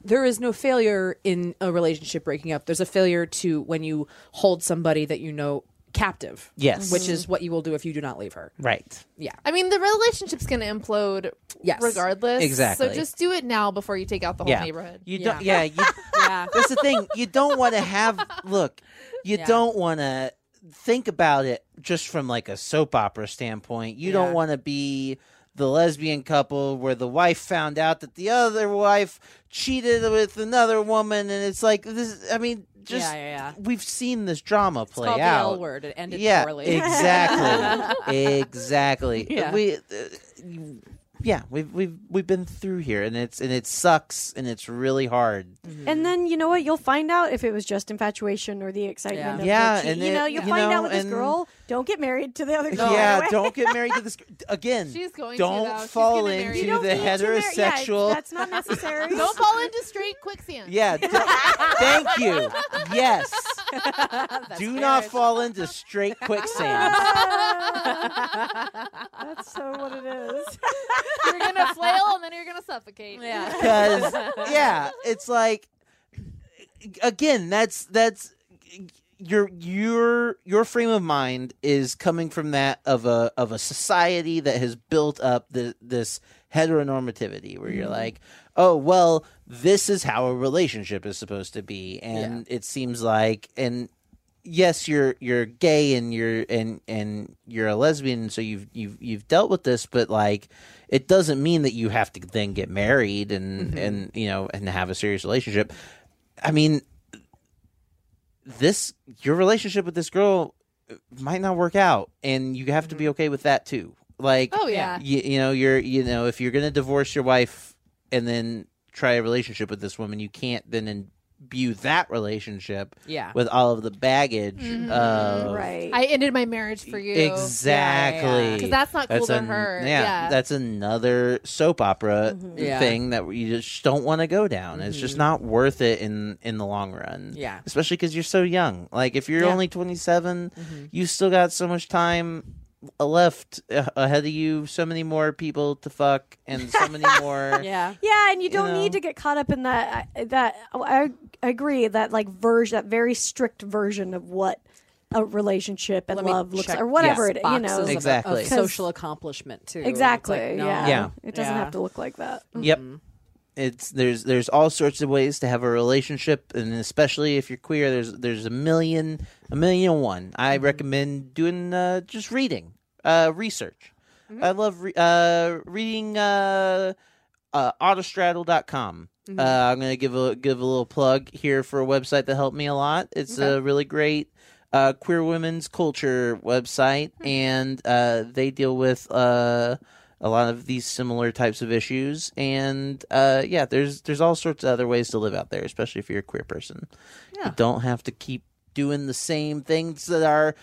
C: there is no failure in a relationship breaking up. There's a failure to when you hold somebody that you know captive.
D: Yes.
C: which
A: Mm-hmm.
C: is what you will do if you do not leave her.
D: Right.
C: Yeah,
B: I mean, the relationship's going to implode
C: Yes.
B: regardless.
D: Exactly.
B: So just do it now before you take out the whole
D: Yeah.
B: neighborhood.
D: You
C: Yeah.
D: don't. Yeah. You,
C: <laughs> yeah.
D: <laughs> that's the thing. You don't want to have. Look, you
C: Yeah.
D: don't want to think about it just from like a soap opera standpoint. You
C: Yeah.
D: don't want to be the lesbian couple where the wife found out that the other wife cheated with another woman, and it's like this. I mean, just
C: yeah, yeah.
D: we've seen this drama
C: It's
D: play
C: called
D: out.
C: the L word. It ended
D: yeah,
A: <laughs>
C: poorly.
D: exactly,
B: <laughs>
D: exactly.
C: Yeah.
D: We, uh, you- yeah, we've we've we've been through here, and it's and it sucks, and it's really hard.
B: Mm-hmm.
C: Hmm.
A: And then you know what? You'll find out if it was just infatuation or the
C: Yeah.
A: excitement. Of
D: Yeah,
A: the cheat.
D: and
A: you know,
D: it-
A: you'll
D: you
A: find
D: know,
A: out with this
D: and-
A: girl. Don't get married to the other girl. <laughs>
D: yeah,
A: right away.
D: don't get married to this again.
B: She's going to,
D: don't
B: though. She's
D: fall
B: gonna marry
D: into
B: you. You don't
D: the
A: Need to marry- yeah,
D: heterosexual.
A: that's not necessary.
D: <laughs>
B: Don't
A: <laughs>
B: fall into straight quicksand.
D: Yeah. don't- thank you.
B: <laughs>
D: Yes. Do not fall into straight quicksand.
A: That's so what it is.
B: You're gonna flail and then you're gonna suffocate.
C: Yeah.
D: Because yeah, it's like again, that's that's your your your frame of mind is coming from that of a of a society that has built up the, this heteronormativity where you're like, oh well, this is how a relationship is supposed to be, and it seems like and yes you're you're gay and you're and and you're a lesbian so you've you've you've dealt with this but like it doesn't mean that you have to then get married and
B: Mm-hmm.
D: and you know and have a serious relationship i mean this your relationship with this girl uh, might not work out and you have to be okay with that too like
B: <laughs> Mm-hmm. Oh yeah.
D: you, you know you're you know if you're gonna divorce your wife and then try a relationship with this woman you can't then imbue that relationship
C: <laughs> Yeah.
D: with all of the baggage of
A: Right.
B: I ended my marriage for you.
D: exactly
C: Yeah, yeah, yeah.
B: 'Cause that's not cool to
D: an-
B: her.
D: yeah,
B: Yeah.
D: that's another soap opera
C: Yeah.
D: thing that you just don't want to go down it's just not worth it in in the long run
C: Yeah.
D: especially because you're so young like if you're
C: Yeah.
D: only 27 you still got so much time left uh, ahead of you so many more people to fuck and so many more
C: Yeah.
A: Yeah, and you don't
D: know.
A: need to get caught up in that. uh, That oh, I, I agree. That like version, that very strict version of what a relationship and
C: Let me
A: love looks
C: check
A: or whatever it
C: these
A: you know
C: boxes of-
D: Exactly.
C: of social accomplishment too. It's
A: exactly.
C: like, no.
A: yeah.
D: Yeah.
A: it doesn't
C: Yeah.
A: have to look like that.
D: Yep. It's there's there's all sorts of ways to have a relationship, and especially if you're queer, there's there's a million a million and one. I recommend doing uh, just reading, uh, research. I love re- uh, reading uh, uh, autostraddle.com.
B: Mm-hmm.
D: Uh, I'm gonna give a give a little plug here for a website that helped me a lot. It's a really great uh, queer women's culture website,
B: Hmm.
D: and uh, they deal with uh, a lot of these similar types of issues. And uh, yeah, there's there's all sorts of other ways to live out there, especially if you're a queer person. You don't have to keep doing the same things that our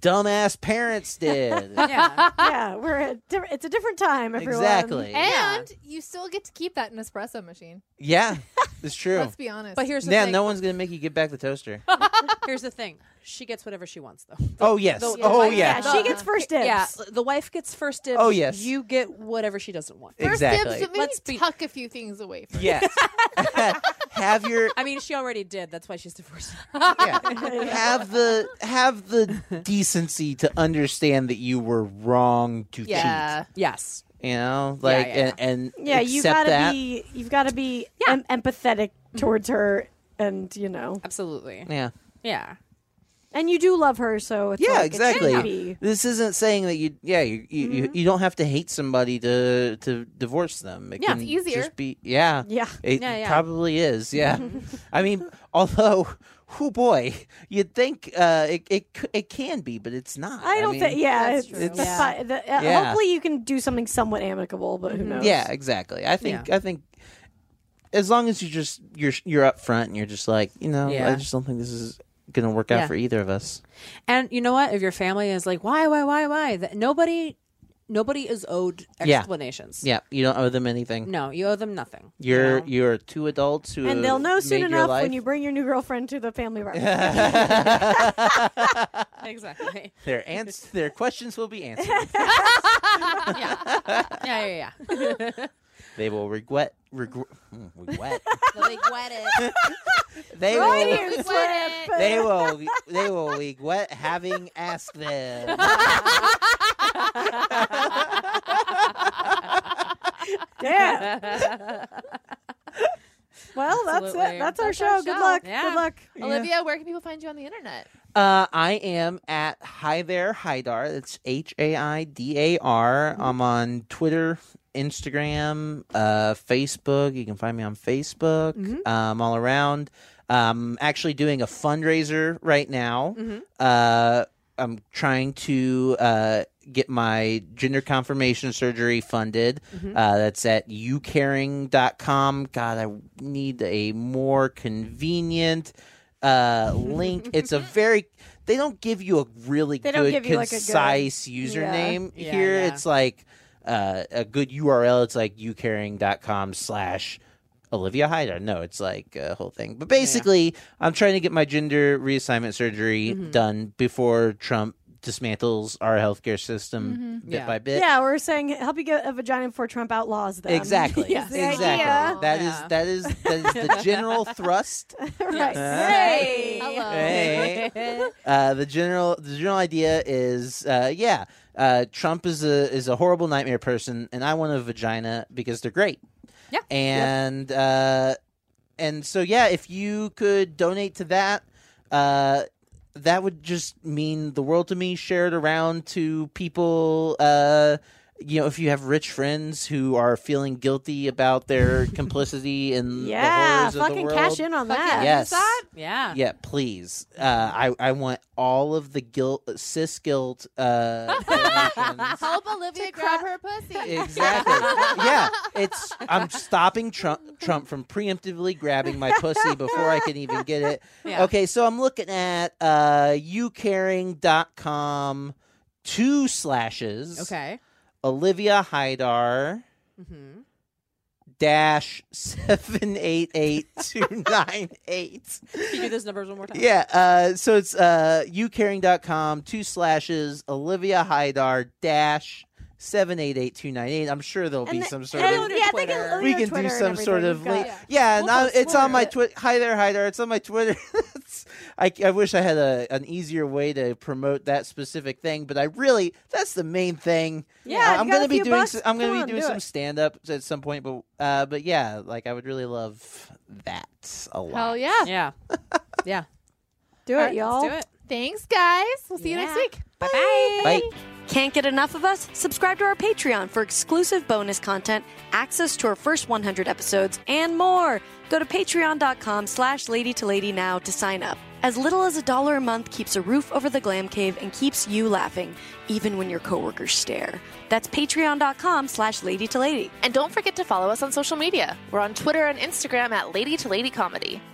D: dumbass parents
B: <laughs>
D: did.
A: <laughs>
C: Yeah.
A: yeah, we're at diff- it's a different time. Everyone.
D: exactly.
B: And you still get to keep that Nespresso machine.
D: Yeah,
B: <laughs>
D: it's true.
B: Let's be honest.
C: But here's the
D: Yeah,
C: thing.
D: no one's gonna make you get back the toaster.
C: Here's the thing. She gets whatever she wants though.
D: oh yes.
C: the-
D: oh
B: the-
A: Yeah,
D: yeah.
A: she gets first dibs. <laughs>
C: Yeah, <laughs> the wife gets first dibs.
D: Oh, yes.
C: You get whatever she doesn't want.
B: First
D: exactly.
B: dibs, but maybe
C: Let's be-
B: tuck a few things away. From
D: <laughs> Yes. <laughs> have your
C: I mean, she already did. That's why she's divorced.
D: <laughs> yeah. have the have the decency to understand that you were wrong
B: <laughs>
D: to
B: Yeah.
C: yes.
D: cheat. You know, like
C: yeah, yeah.
D: and and
A: yeah. You
D: accept
A: gotta
D: that.
A: be you've gotta be em- empathetic towards her, and you know,
C: Absolutely.
D: Yeah.
C: Yeah.
A: and you do love her, so it's
D: Yeah,
A: like, it
D: exactly.
A: shouldn't be.
D: This isn't saying that you, yeah, you you, you
A: Mm-hmm.
D: you don't have to hate somebody to to divorce them. It
C: Yeah,
D: can
C: it's
B: easier.
D: Just be, yeah,
A: Yeah.
D: It
C: Yeah, yeah.
D: probably
A: <laughs>
D: is. Yeah, I mean, although, <laughs> oh boy, you'd think uh, it it c- it can be, but it's not.
A: I don't
D: mean,
A: think. Yeah,
B: that's
A: it's,
B: true.
A: the
C: Yeah.
A: fi- the- uh,
D: Yeah.
A: Hopefully, you can do something somewhat amicable, but who knows?
D: Yeah, exactly. I think I think as long as you just you're you're up front and you're just like you know I
C: Yeah.
D: just don't think this is gonna work out
C: Yeah.
D: for either of us.
C: And you know what? If your family is like, why, why, why, why? That nobody, nobody is owed
D: Yeah.
C: explanations.
D: Yeah, you don't owe them anything.
C: No, you owe them nothing. you
D: You're
C: know?
D: you're two adults who
A: And they'll know
D: made
A: soon
D: your
A: enough
D: life.
A: when you bring your new girlfriend to the family reunion. <laughs>
C: exactly.
D: their ans- their questions will be answered.
C: Yeah. <laughs> Yeah. Yeah. Yeah.
D: <laughs> they will regret regret mm, regret.
B: <laughs>
C: it.
D: They
A: Right
D: will
A: here,
B: Wet
A: Swift.
D: they will they will regret having asked them.
A: Yeah. Well, that's
C: Absolutely.
A: it. That's our
B: That's
A: show.
B: our
A: Good
B: show.
A: luck.
C: Yeah.
A: Good luck.
B: Olivia, where can people find you on the internet?
D: Uh, I am at Hi there, Haidar. It's H A I D A R. I'm on Twitter, Instagram, uh, Facebook. You can find me on Facebook. Um, all around. Um, actually doing a fundraiser right now. Uh, I'm trying to uh, get my gender confirmation surgery funded. Uh, that's at youcaring.com. God, I need a more convenient uh, link.
A: <laughs>
D: it's a very they don't give you a really
A: They don't
D: good
A: give you, like, a good-
D: concise username
C: Yeah,
D: here.
C: yeah.
D: It's like uh, a good URL. It's like youcaring.com slash Olivia Hyder. No, it's like a whole thing. But basically, I'm trying to get my gender reassignment surgery
C: Mm-hmm.
D: done before Trump dismantles our healthcare system bit
C: Mm-hmm. Yeah.
D: by bit.
A: yeah, we're saying help you get a vagina before Trump outlaws them. <laughs>
C: <laughs>
D: Exactly.
A: yeah.
C: the
D: Exactly.
C: idea.
D: That is
C: Yeah.
D: that is that is the
C: <laughs>
D: general thrust.
A: right.
D: Hey.
B: Hello.
D: Hey. Uh, the general the general idea is uh, yeah, uh, Trump is a is a horrible nightmare person, and I want a vagina because they're great.
C: Yeah.
D: and uh, and so yeah, if you could donate to that, uh, that would just mean the world to me. Share it around to people. Uh, you know, if you have rich friends who are feeling guilty
A: <laughs>
D: about their complicity in the
A: Yeah,
D: horrors of the
A: fucking
D: world,
A: cash in on that.
D: yes.
C: Yeah.
D: Yeah, please. Uh, I I want all of the guilt, cis guilt. Uh,
C: <laughs>
D: donations.
B: Help Olivia grab her pussy.
D: exactly. Yeah, it's. I'm stopping Trump Trump from preemptively grabbing my pussy before I can even get it.
C: Yeah.
D: Okay, so I'm looking at uh, youcaring.com two slashes.
C: Okay.
D: Olivia Hydar
C: Mhm.
D: dash seven eight eight two nine eight.
C: Can you do those numbers one more time?
D: Yeah, uh, so it's uh, youcaring.com, two slashes, Olivia Hydar dash 788298. I'm sure there'll be
A: And the-
D: some sort
A: and,
D: of.
C: Twitter.
A: yeah, I think it'll- it'll
D: We
A: be on
D: can
A: Twitter
D: do
A: and
D: some sort
A: everything.
D: of
A: You've got-
D: link. Yeah,
C: We'll
D: now
C: post
D: it's on my
C: it.
D: Twitter. Hi there, Hydar. It's on my Twitter. <laughs> It's- I, I wish I had a, an easier way to promote that specific thing, but I really, that's the main thing.
A: Yeah,
D: Uh, I'm
A: you got a
D: gonna be
A: few
D: doing.
A: bucks,
D: s I'm gonna
A: come
D: be
A: on,
D: doing
A: do
D: some
A: it.
D: stand up at some point, but uh, but yeah, like I would really love that a lot.
B: Hell yeah.
C: Yeah.
D: <laughs>
C: Yeah.
A: Do it, y'all.
C: Let's do it.
B: Thanks, guys. We'll see you next
A: Yeah.
B: week.
C: Bye bye.
D: Bye.
E: Can't get enough of us? Subscribe to our Patreon for exclusive bonus content, access to our first 100 episodes, and more. Go to patreon.com slash lady to lady now to sign up. As little as a dollar a month keeps a roof over the glam cave and keeps you laughing, even when your coworkers stare. That's patreon.com slash lady to lady.
F: And don't forget to follow us on social media. We're on Twitter and Instagram at Lady to Lady Comedy.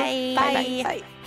A: Bye. Bye. Bye.